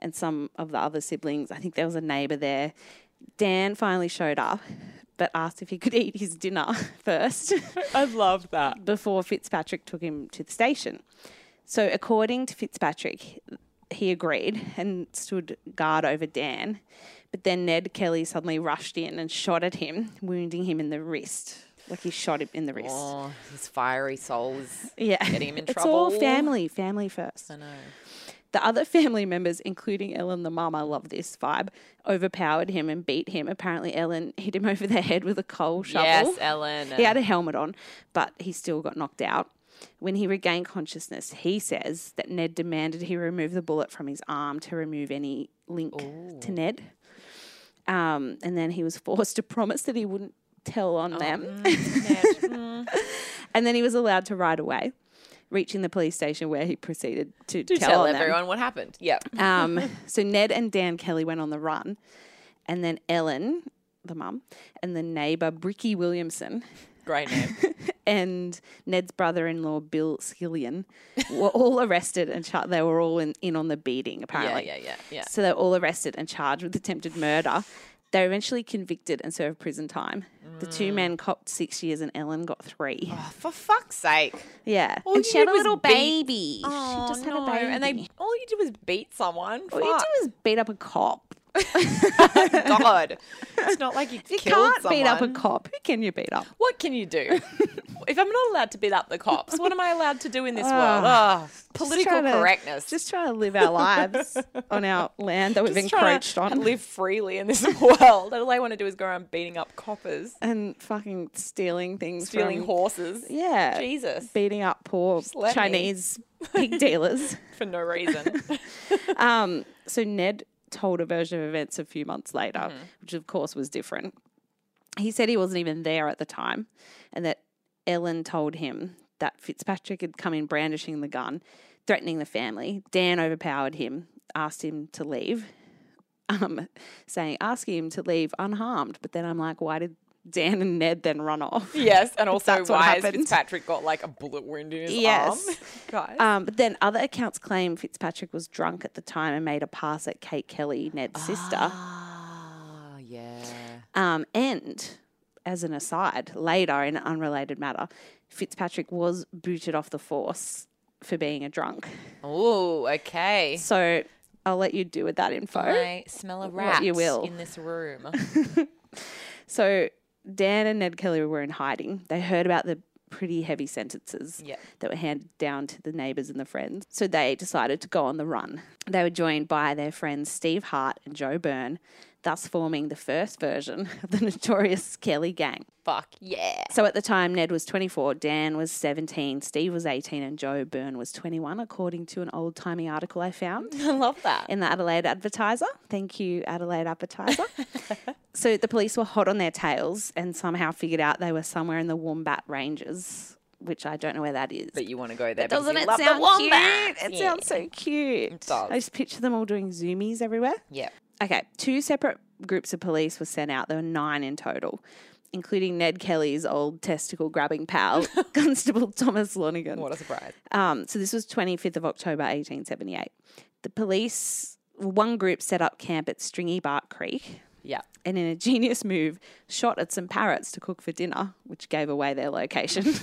Speaker 2: and some of the other siblings. I think there was a neighbor there. Dan finally showed up, but asked if he could eat his dinner first
Speaker 1: I love that.
Speaker 2: before Fitzpatrick took him to the station. So, according to Fitzpatrick, he agreed and stood guard over Dan. But then Ned Kelly suddenly rushed in and shot at him, wounding him in the wrist. Like he shot him in the wrist.
Speaker 1: Oh, his fiery soul is
Speaker 2: Yeah.
Speaker 1: getting him in
Speaker 2: it's all
Speaker 1: trouble.
Speaker 2: family, family first.
Speaker 1: I know.
Speaker 2: The other family members, including Ellen the mum, I love this vibe, overpowered him and beat him. Apparently, Ellen hit him over the head with a coal shovel.
Speaker 1: Yes, Ellen.
Speaker 2: He had a helmet on, but he still got knocked out. When he regained consciousness, he says that Ned demanded he remove the bullet from his arm to remove any link to Ned. Um, and then he was forced to promise that he wouldn't tell on
Speaker 1: Oh,
Speaker 2: them. and then he was allowed to ride away, reaching the police station where he proceeded to,
Speaker 1: to
Speaker 2: tell,
Speaker 1: tell
Speaker 2: on them.
Speaker 1: everyone what happened. Yep.
Speaker 2: Um, so Ned and Dan Kelly went on the run, and then Ellen, the mum, and the neighbor Bricky Williamson
Speaker 1: Great name.
Speaker 2: and Ned's brother-in-law Bill Skillion were all arrested and char- they were all in, in on the beating
Speaker 1: yeah,
Speaker 2: apparently.
Speaker 1: yeah, yeah, yeah.
Speaker 2: So they're all arrested and charged with attempted murder. They were eventually convicted and served prison time. The two men copped six years and Ellen got three.
Speaker 1: Mm. Oh, for fuck's sake.
Speaker 2: Yeah.
Speaker 1: All
Speaker 2: and
Speaker 1: you
Speaker 2: she had
Speaker 1: did
Speaker 2: a
Speaker 1: was
Speaker 2: little
Speaker 1: beat-
Speaker 2: baby.
Speaker 1: Oh,
Speaker 2: she just
Speaker 1: no.
Speaker 2: had a baby.
Speaker 1: And they all you did was beat someone.
Speaker 2: all you
Speaker 1: Fuck.
Speaker 2: do is beat up a cop.
Speaker 1: God. It's not like you,
Speaker 2: You
Speaker 1: killed
Speaker 2: can't beat up a
Speaker 1: someone.
Speaker 2: cop. Who can you beat up?
Speaker 1: What can you do? if I'm not allowed to beat up the cops, what am I allowed to do in this world? Ugh, political
Speaker 2: trying to-
Speaker 1: correctness.
Speaker 2: Just trying to live our lives on our land that we've
Speaker 1: Just trying
Speaker 2: encroached
Speaker 1: to
Speaker 2: on.
Speaker 1: live freely in this world. All I want to do is go around beating up coppers,
Speaker 2: and fucking stealing things
Speaker 1: stealing
Speaker 2: from,
Speaker 1: horses.
Speaker 2: yeah
Speaker 1: Jesus,
Speaker 2: beating up poor
Speaker 1: let me.
Speaker 2: chinese pig dealers
Speaker 1: for no reason.
Speaker 2: um so ned told a version of events a few months later which of course was different he said he wasn't even there at the time and that ellen told him that fitzpatrick had come in brandishing the gun threatening the family dan overpowered him asked him to leave um, saying asking him to leave unharmed but then i'm like why did dan and ned then run off
Speaker 1: yes, and also
Speaker 2: That's what
Speaker 1: why has
Speaker 2: happened.
Speaker 1: Fitzpatrick got like a bullet wound in his arm?
Speaker 2: Yes.
Speaker 1: Guys,
Speaker 2: Um, but then other accounts claim Fitzpatrick was drunk at the time and made a pass at Kate Kelly, Ned's sister.
Speaker 1: ah, yeah.
Speaker 2: Um, and as an aside, later in an unrelated matter, Fitzpatrick was booted off the force for being a drunk.
Speaker 1: Oh, okay.
Speaker 2: So I'll let you do with that info.
Speaker 1: I smell a rat
Speaker 2: What you will.
Speaker 1: in this room.
Speaker 2: So Dan and Ned Kelly were in hiding. They heard about the pretty heavy sentences
Speaker 1: Yep.
Speaker 2: that were handed down to the neighbours and the friends. So they decided to go on the run. They were joined by their friends Steve Hart and Joe Byrne, thus forming the first version of the notorious Kelly gang.
Speaker 1: Fuck yeah.
Speaker 2: So at the time, Ned was 24, Dan was 17, Steve was 18, and Joe Byrne was 21, according to an old timey article I found
Speaker 1: I love that.
Speaker 2: in the Adelaide Advertiser. Thank you, Adelaide Advertiser. so the police were hot on their tails and somehow figured out they were somewhere in the Wombat Ranges, which I don't know where that is.
Speaker 1: But you want to go there because
Speaker 2: Doesn't
Speaker 1: you
Speaker 2: it
Speaker 1: love
Speaker 2: sound
Speaker 1: the wombat.
Speaker 2: cute? It
Speaker 1: Yeah.
Speaker 2: sounds so cute. It
Speaker 1: does.
Speaker 2: I just picture them all doing zoomies everywhere.
Speaker 1: Yeah.
Speaker 2: Okay, two separate groups of police were sent out. There were nine in total, including Ned Kelly's old testicle grabbing pal, Constable Thomas Lonigan.
Speaker 1: What a surprise.
Speaker 2: Um, so this was 25th of October 1878. The police, one group set up camp at Stringy Bark Creek
Speaker 1: Yeah.
Speaker 2: and in a genius move shot at some parrots to cook for dinner, which gave away their location.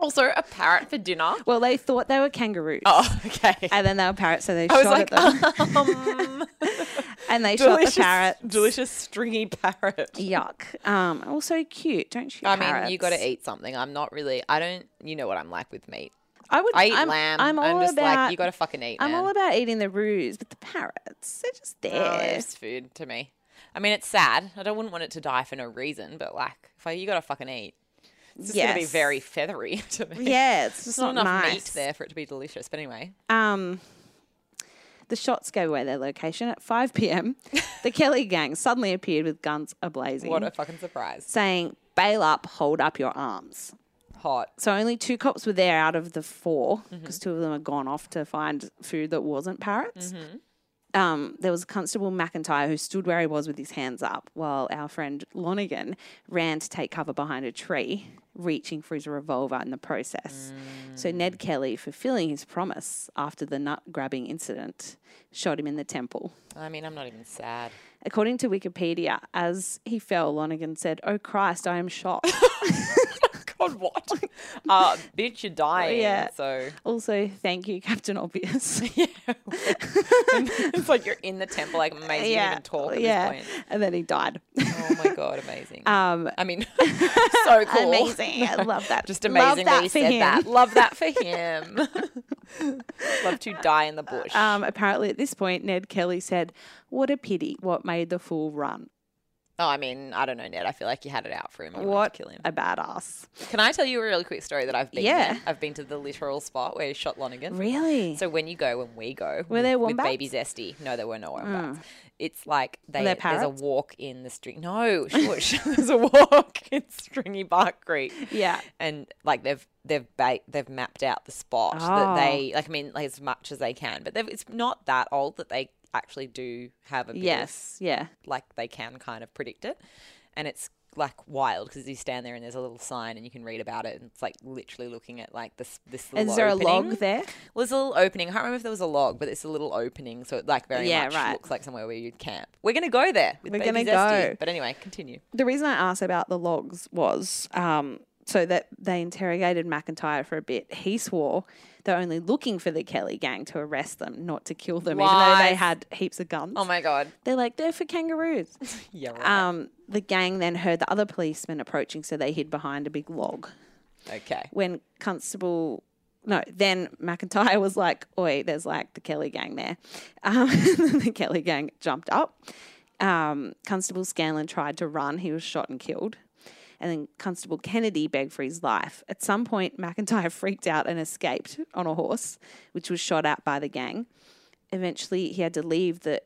Speaker 1: Also, a parrot for dinner.
Speaker 2: well, they thought they were kangaroos.
Speaker 1: Oh, okay.
Speaker 2: And then they were parrots, so they
Speaker 1: I
Speaker 2: shot
Speaker 1: was like,
Speaker 2: at them.
Speaker 1: um,
Speaker 2: and they shot
Speaker 1: delicious,
Speaker 2: the parrot.
Speaker 1: delicious stringy parrot.
Speaker 2: Yuck. Um, also cute, don't you?
Speaker 1: I mean, you got to eat something. I'm not really. I don't. You know what I'm like with meat.
Speaker 2: I would.
Speaker 1: I eat
Speaker 2: I'm,
Speaker 1: lamb.
Speaker 2: I'm
Speaker 1: I'm,
Speaker 2: all
Speaker 1: just
Speaker 2: about.
Speaker 1: like, you got to fucking eat.
Speaker 2: I'm
Speaker 1: man.
Speaker 2: all about eating the roos, but the parrots, they're just there.
Speaker 1: Oh, they're just food to me. I mean, it's sad. I don't wouldn't want it to die for no reason, but like, if I, you got to fucking eat. It's just gonna be
Speaker 2: Yes.
Speaker 1: very feathery to me.
Speaker 2: yeah, it's just
Speaker 1: There's not,
Speaker 2: not,
Speaker 1: enough
Speaker 2: nice.
Speaker 1: meat there for it to be delicious. But anyway,
Speaker 2: Um, the shots gave away their location at 5 p.m. The Kelly gang suddenly appeared with guns ablazing,
Speaker 1: what a fucking surprise!
Speaker 2: saying, "Bail up, hold up your arms."
Speaker 1: Hot.
Speaker 2: So only two cops were there out of the four because two of them had gone off to find food that wasn't parrots. Um, there was Constable McIntyre who stood where he was with his hands up, while our friend Lonigan ran to take cover behind a tree, reaching for his revolver in the process. So Ned Kelly, fulfilling his promise after the nut grabbing incident, shot him in the temple.
Speaker 1: I mean, I'm not even sad.
Speaker 2: According to Wikipedia, as he fell, Lonigan said, "Oh Christ, I am shot."
Speaker 1: God, what? uh, bitch, you're dying.
Speaker 2: Yeah.
Speaker 1: So
Speaker 2: also, thank you, Captain Obvious.
Speaker 1: yeah, it's like you're in the temple, like amazing. You
Speaker 2: yeah.
Speaker 1: can even talk at this
Speaker 2: yeah.
Speaker 1: point.
Speaker 2: And then he died.
Speaker 1: Oh my god, amazing.
Speaker 2: Um,
Speaker 1: I mean, so cool.
Speaker 2: Amazing. I love that.
Speaker 1: Just
Speaker 2: Love
Speaker 1: amazing that
Speaker 2: that
Speaker 1: he
Speaker 2: for
Speaker 1: said
Speaker 2: him.
Speaker 1: that. Love that for him. Love to die in the bush.
Speaker 2: Um, apparently, at this point, Ned Kelly said, What a pity. What made the fool run?
Speaker 1: oh, I mean, I don't know, Ned. I feel like you had it out for him. You wanted
Speaker 2: What
Speaker 1: To kill him.
Speaker 2: a badass.
Speaker 1: Can I tell you a really quick story that I've been?
Speaker 2: Yeah.
Speaker 1: there? I've been to the literal spot where he shot Lonigan.
Speaker 2: Really?
Speaker 1: So when you go, when we go,
Speaker 2: Were there
Speaker 1: with, with
Speaker 2: wombats? Mm.
Speaker 1: baby zesty? No, there were no wombats. It's like they
Speaker 2: there
Speaker 1: there's a
Speaker 2: parrots?
Speaker 1: walk in the string. No, shush. there's a walk in Stringy Bark Creek.
Speaker 2: Yeah.
Speaker 1: and like they've they've ba- they've mapped out the spot that
Speaker 2: Oh.
Speaker 1: they like. I mean, like as much as they can, but they've, it's not that old that they actually do have a bit of
Speaker 2: Yes. Yeah.
Speaker 1: like they can kind of predict it. And it's like wild because you stand there and there's a little sign and you can read about it and it's like literally looking at like this this little
Speaker 2: Is there a
Speaker 1: opening.
Speaker 2: log there?
Speaker 1: Well, there's a little opening. I can't remember if there was a log, but it's a little opening, so it like very
Speaker 2: Yeah,
Speaker 1: much
Speaker 2: right.
Speaker 1: looks like somewhere where you'd camp. We're gonna go there. With
Speaker 2: We're
Speaker 1: Baby
Speaker 2: gonna
Speaker 1: Zesty.
Speaker 2: go.
Speaker 1: But anyway, continue.
Speaker 2: The reason I asked about the logs was um, so that they interrogated McIntyre for a bit. He swore they're only looking for the Kelly gang to arrest them, not to kill them, even though they
Speaker 1: Lies.
Speaker 2: had heaps of guns.
Speaker 1: Oh my god.
Speaker 2: They're like, they're for kangaroos.
Speaker 1: Yeah. Right.
Speaker 2: um, the gang then heard the other policemen approaching, so they hid behind a big log. Um,
Speaker 1: okay.
Speaker 2: When Constable, no, then McIntyre was like, oi, there's like the Kelly gang there. Um, the Kelly gang jumped up. Um, Constable Scanlon tried to run, he was shot and killed. And then Constable Kennedy begged for his life. At some point, McIntyre freaked out and escaped on a horse, which was shot at by the gang. Eventually, he had to leave the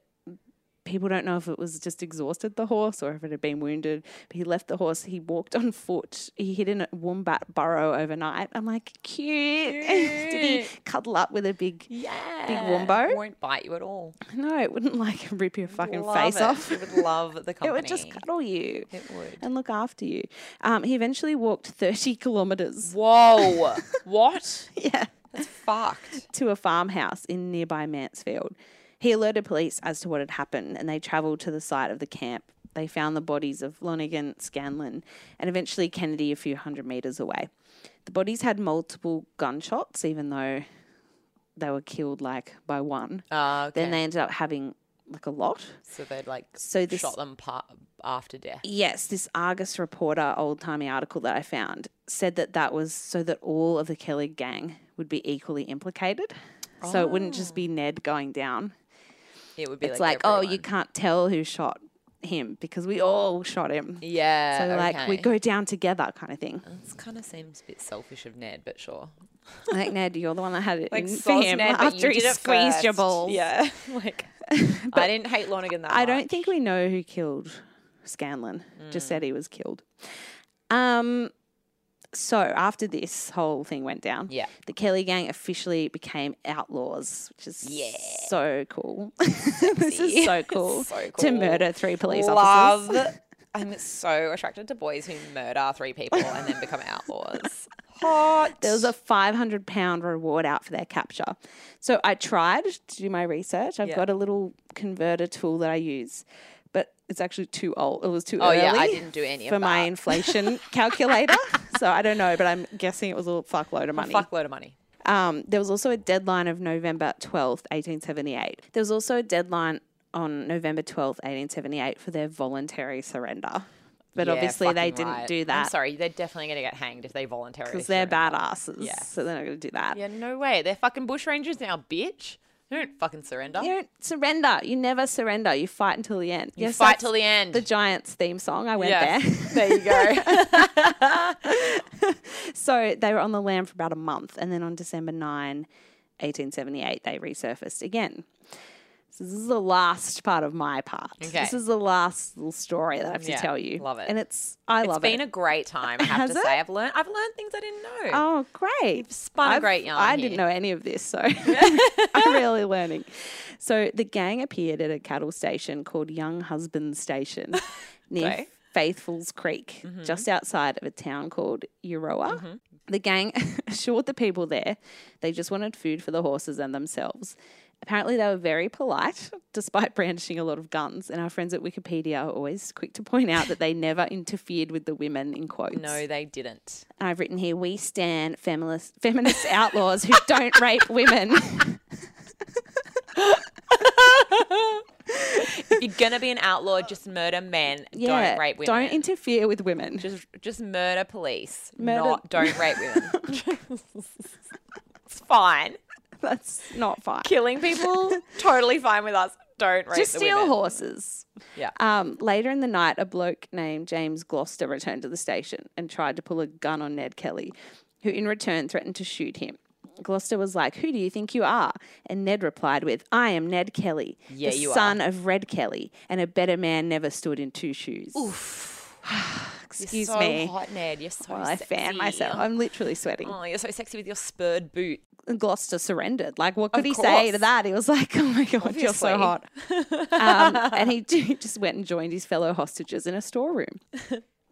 Speaker 2: people don't know if it was just exhausted the horse or if it had been wounded. But he left the horse. He walked on foot. He hid in a wombat burrow overnight. I'm like, cute. Did he cuddle up with a big?
Speaker 1: Yeah.
Speaker 2: wombo?
Speaker 1: won't bite you at all.
Speaker 2: No, it wouldn't like rip your fucking
Speaker 1: Love
Speaker 2: face
Speaker 1: it.
Speaker 2: off.
Speaker 1: You would love the company.
Speaker 2: It would just cuddle you
Speaker 1: It would.
Speaker 2: and look after you. Um, he eventually walked 30 kilometers.
Speaker 1: Whoa. what?
Speaker 2: Yeah.
Speaker 1: That's fucked.
Speaker 2: to a farmhouse in nearby Mansfield. He alerted police as to what had happened and they travelled to the site of the camp. They found the bodies of Lonigan, Scanlon, and eventually Kennedy a few hundred metres away. The bodies had multiple gunshots, even though they were killed like by one.
Speaker 1: Uh, okay.
Speaker 2: Then they ended up having like a lot.
Speaker 1: so they'd like
Speaker 2: So this
Speaker 1: shot them pa- after death.
Speaker 2: Yes, this Argus reporter old timey article that I found said that that was so that all of the Kelly gang would be equally implicated. So it wouldn't just be Ned going down.
Speaker 1: It would Oh. be
Speaker 2: It's
Speaker 1: like,
Speaker 2: like, oh, you
Speaker 1: everyone.
Speaker 2: can't tell who shot him because we all shot him.
Speaker 1: Yeah.
Speaker 2: So, like, we
Speaker 1: okay.
Speaker 2: go down together kind of thing.
Speaker 1: This kind of seems a bit selfish of Ned, but sure. Mm,
Speaker 2: like, Ned, you're the one that had it in for
Speaker 1: soz
Speaker 2: him
Speaker 1: Ned, but
Speaker 2: after
Speaker 1: you
Speaker 2: he
Speaker 1: did it
Speaker 2: squeezed your
Speaker 1: first.
Speaker 2: balls.
Speaker 1: Yeah. Like, I didn't hate Lonergan that
Speaker 2: I
Speaker 1: much.
Speaker 2: don't think we know who killed Scanlan. Just
Speaker 1: Hmm.
Speaker 2: said he was killed. Um, so after this whole thing went down,
Speaker 1: Yeah.
Speaker 2: the Kelly gang officially became outlaws, which is
Speaker 1: Yeah.
Speaker 2: so cool. this is so cool,
Speaker 1: So
Speaker 2: to
Speaker 1: cool.
Speaker 2: murder three police officers.
Speaker 1: Love. I'm so attracted to boys who murder three people and then become outlaws. Hot.
Speaker 2: There was a 500 pound reward out for their capture. So I tried to do my research. I've
Speaker 1: Yeah.
Speaker 2: got a little converter tool that I use, but it's actually too old. It was too
Speaker 1: Oh
Speaker 2: early.
Speaker 1: yeah, I didn't do any
Speaker 2: for
Speaker 1: of
Speaker 2: my
Speaker 1: that.
Speaker 2: inflation calculator. So I don't know, but I'm guessing it was a fuckload of money.
Speaker 1: Fuckload of money.
Speaker 2: Um, there was also a deadline of November 12th, 1878. There was also a deadline on November 12th, 1878 for their voluntary surrender. But
Speaker 1: Yeah,
Speaker 2: obviously they
Speaker 1: fucking
Speaker 2: didn't
Speaker 1: right.
Speaker 2: do
Speaker 1: I'm
Speaker 2: that
Speaker 1: sorry, they're definitely going to get hanged if they voluntarily.
Speaker 2: because they're
Speaker 1: surrender.
Speaker 2: badasses.
Speaker 1: Yeah.
Speaker 2: So they're not going to do that.
Speaker 1: Yeah, no way. They're fucking bushrangers now, bitch. They don't fucking surrender.
Speaker 2: You don't surrender. You never surrender. You fight until the end.
Speaker 1: You
Speaker 2: Yes,
Speaker 1: fight
Speaker 2: that's
Speaker 1: till the end.
Speaker 2: the Giants theme song. I went
Speaker 1: yeah.
Speaker 2: there.
Speaker 1: there you go.
Speaker 2: So they were on the land for about a month, and then on December 9, 1878, they resurfaced again. So this is the last part of my part.
Speaker 1: Okay.
Speaker 2: This is the last little story that I have to
Speaker 1: Yeah,
Speaker 2: tell you.
Speaker 1: love it.
Speaker 2: And it's, I
Speaker 1: it's
Speaker 2: love
Speaker 1: been
Speaker 2: it.
Speaker 1: a great time. I have
Speaker 2: Has
Speaker 1: to
Speaker 2: it?
Speaker 1: say, I've learned. I've learned things I didn't know.
Speaker 2: oh, great. You've
Speaker 1: spun a great yarn
Speaker 2: I
Speaker 1: here.
Speaker 2: didn't know any of this, so I'm really learning. So the gang appeared at a cattle station called Young Husband Station near
Speaker 1: Okay.
Speaker 2: Faithful's Creek,
Speaker 1: Mm-hmm.
Speaker 2: just outside of a town called Euroa. The gang assured the people there they just wanted food for the horses and themselves. Apparently, they were very polite despite brandishing a lot of guns. And our friends at Wikipedia are always quick to point out that they never interfered with the women, in quotes.
Speaker 1: No, they didn't.
Speaker 2: And I've written here, we stand feminist, feminist outlaws who don't rape women.
Speaker 1: If you're gonna be an outlaw, just murder men. don't rape women.
Speaker 2: Don't interfere with women.
Speaker 1: just just murder police.
Speaker 2: Murder-
Speaker 1: Not don't rape women. it's fine.
Speaker 2: That's not fine.
Speaker 1: Killing people, totally fine with us. Don't rape
Speaker 2: Just
Speaker 1: the
Speaker 2: steal
Speaker 1: women.
Speaker 2: horses.
Speaker 1: Yeah.
Speaker 2: Um, later in the night, a bloke named James Gloucester returned to the station and tried to pull a gun on Ned Kelly, who in return threatened to shoot him. Gloucester was like, Who do you think you are? And Ned replied with, I am Ned Kelly,
Speaker 1: Yeah,
Speaker 2: the
Speaker 1: you are."
Speaker 2: son of Red Kelly, and a better man never stood in two shoes. Excuse
Speaker 1: you're so
Speaker 2: me.
Speaker 1: hot, Ned. You're so.
Speaker 2: Well, I fan
Speaker 1: sexy.
Speaker 2: myself. I'm literally sweating.
Speaker 1: Oh, you're so sexy with your spurred boot.
Speaker 2: Gloucester surrendered. Like, what could
Speaker 1: Oh. Of
Speaker 2: he say to
Speaker 1: course.
Speaker 2: that? He was like, oh my God, you're so
Speaker 1: Obviously.
Speaker 2: hot. um, and he j- just went and joined his fellow hostages in a storeroom.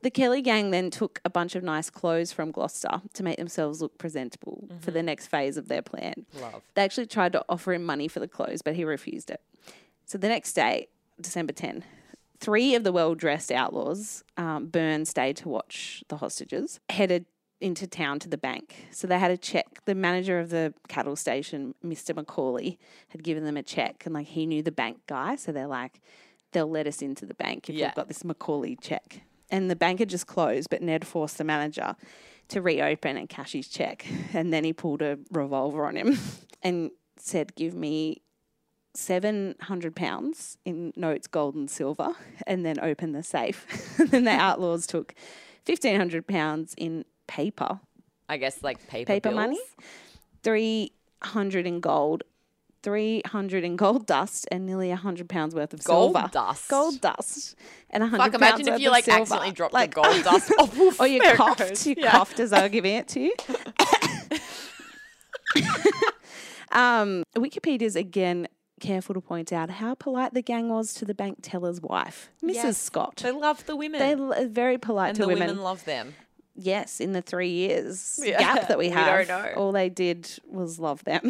Speaker 2: The Kelly gang then took a bunch of nice clothes from Gloucester to make themselves look presentable for the next phase of their plan.
Speaker 1: Mm-hmm. Love.
Speaker 2: They actually tried to offer him money for the clothes, but he refused it. So the next day, December 10, three of the well dressed outlaws, um, Byrne stayed to watch the hostages, headed into town to the bank. So they had a check. The manager of the cattle station, Mr. Macaulay, had given them a check and like he knew the bank guy. So they're like, they'll let us into the bank if
Speaker 1: Yeah.
Speaker 2: we've got this Macaulay check. And the bank had just closed, but Ned forced the manager to reopen and cash his check. And then he pulled a revolver on him and said, Give me seven hundred pounds in notes, gold and silver, and then opened the safe. and then the outlaws took fifteen hundred pounds in paper,
Speaker 1: I guess like paper,
Speaker 2: paper
Speaker 1: bills.
Speaker 2: money, three hundred in gold, three hundred in gold dust, and nearly hundred pounds worth of
Speaker 1: Gold
Speaker 2: silver.
Speaker 1: dust?
Speaker 2: gold dust, and hundred.
Speaker 1: Fuck, imagine if you like accidentally dropped the gold dust. Oh, woof,
Speaker 2: or you
Speaker 1: there it
Speaker 2: coughed.
Speaker 1: goes.
Speaker 2: You
Speaker 1: Yeah.
Speaker 2: coughed as I was giving it to you. um, Wikipedia's again careful to point out how polite the gang was to the bank teller's wife, Mrs.
Speaker 1: Yes.
Speaker 2: Scott.
Speaker 1: They love the women.
Speaker 2: They l- are very polite
Speaker 1: and
Speaker 2: to
Speaker 1: the women.
Speaker 2: women.
Speaker 1: love them.
Speaker 2: Yes, in the three years
Speaker 1: Yeah.
Speaker 2: gap that we
Speaker 1: We don't
Speaker 2: have,
Speaker 1: know.
Speaker 2: all they did was love them.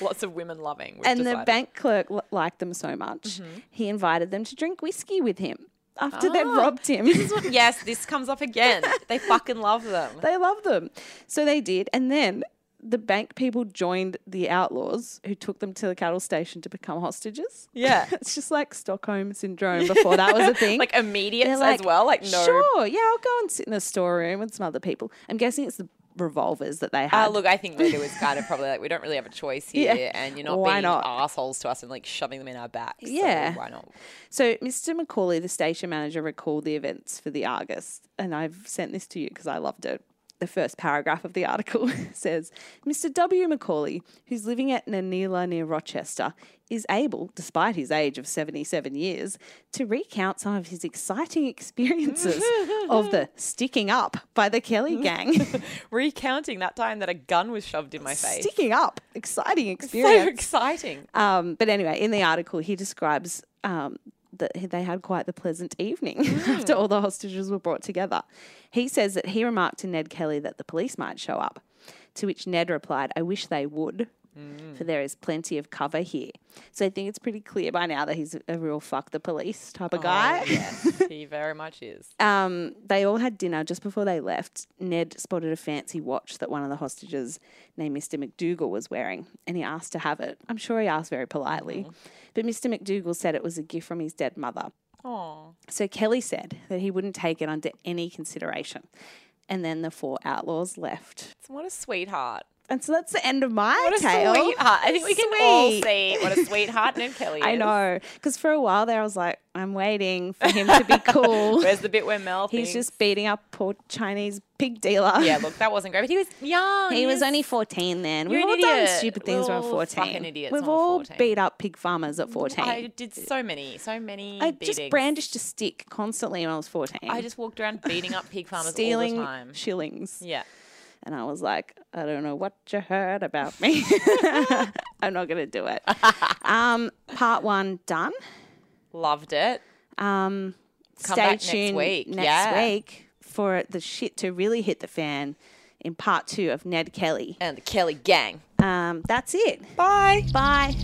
Speaker 1: Lots of women loving. we've
Speaker 2: and the
Speaker 1: decided.
Speaker 2: bank clerk l- liked them so much, he invited them to drink whiskey with him after they'd
Speaker 1: Mm-hmm. Ah,
Speaker 2: robbed him.
Speaker 1: yes, this comes up again. They fucking love them.
Speaker 2: They love them. So they did. And then the bank people joined the outlaws who took them to the cattle station to become hostages.
Speaker 1: Yeah.
Speaker 2: It's just like Stockholm syndrome before that was a thing.
Speaker 1: like immediate
Speaker 2: They're
Speaker 1: as
Speaker 2: like,
Speaker 1: well. Like no.
Speaker 2: Sure. Yeah, I'll go and sit in the storeroom with some other people. I'm guessing it's the revolvers that they had.
Speaker 1: Uh, look, I think Lulu was kind of probably like, we don't really have a choice
Speaker 2: Yeah.
Speaker 1: here, and you're not
Speaker 2: Why
Speaker 1: being
Speaker 2: not?
Speaker 1: assholes to us and like shoving them in our backs. so
Speaker 2: Yeah.
Speaker 1: why not?
Speaker 2: So Mr. Macaulay, the station manager, recalled the events for the Argus, and I've sent this to you because I loved it. The first paragraph of the article says Mr. W. Macaulay, who's living at Nanila near Rochester, is able, despite his age of 77 years, to recount some of his exciting experiences of the sticking up by the Kelly gang.
Speaker 1: Recounting that time that a gun was shoved in my face.
Speaker 2: sticking up, exciting
Speaker 1: so
Speaker 2: experience.
Speaker 1: exciting.
Speaker 2: Um, but anyway, in the article, he describes um, that he- they had quite the pleasant evening after all the hostages were brought together. He says that he remarked to Ned Kelly that the police might show up, to which Ned replied, I wish they would. For there is plenty of cover here. So I think it's pretty clear by now that he's a real fuck the police type of guy.
Speaker 1: yes, Oh, he very much is.
Speaker 2: Um, they all had dinner just before they left. Ned spotted a fancy watch that one of the hostages named Mr. McDougal was wearing, and he asked to have it. I'm sure he asked very politely,
Speaker 1: Mm-hmm.
Speaker 2: but Mr. McDougal said it was a gift from his dead mother.
Speaker 1: Oh,
Speaker 2: So Kelly said that he wouldn't take it under any consideration. And then the four outlaws left.
Speaker 1: what a sweetheart.
Speaker 2: And so that's the end of my
Speaker 1: What a
Speaker 2: tale.
Speaker 1: sweetheart. I think we can all
Speaker 2: Sweet.
Speaker 1: see what a sweetheart Ned Kelly is.
Speaker 2: I know, because for a while there, I was like, I'm waiting for him to be cool.
Speaker 1: Where's the bit where Mel thinks-
Speaker 2: He's just beating up poor Chinese pig dealer.
Speaker 1: Yeah, look, that wasn't great. But he was young.
Speaker 2: He was only 14 then.
Speaker 1: You're
Speaker 2: We've all
Speaker 1: an
Speaker 2: done
Speaker 1: idiot.
Speaker 2: stupid
Speaker 1: We're
Speaker 2: things when
Speaker 1: all
Speaker 2: we're 14.
Speaker 1: fucking idiots
Speaker 2: We've
Speaker 1: when we're
Speaker 2: all
Speaker 1: 14.
Speaker 2: beat up pig farmers at 14.
Speaker 1: I
Speaker 2: I,
Speaker 1: did so many, so many beatings.
Speaker 2: just brandished a stick constantly when I was 14.
Speaker 1: I just walked around beating up pig farmers all
Speaker 2: stealing
Speaker 1: the time.
Speaker 2: shillings.
Speaker 1: Yeah.
Speaker 2: And I was like, I don't know what you heard about me. I'm not going to do it. Um, part one done.
Speaker 1: Loved it. Come
Speaker 2: Um, stay
Speaker 1: back next
Speaker 2: tuned
Speaker 1: week.
Speaker 2: next
Speaker 1: Yeah.
Speaker 2: week for the shit to really hit the fan in part two of Ned Kelly.
Speaker 1: And the Kelly gang.
Speaker 2: Um, that's it.
Speaker 1: Bye.
Speaker 2: Bye.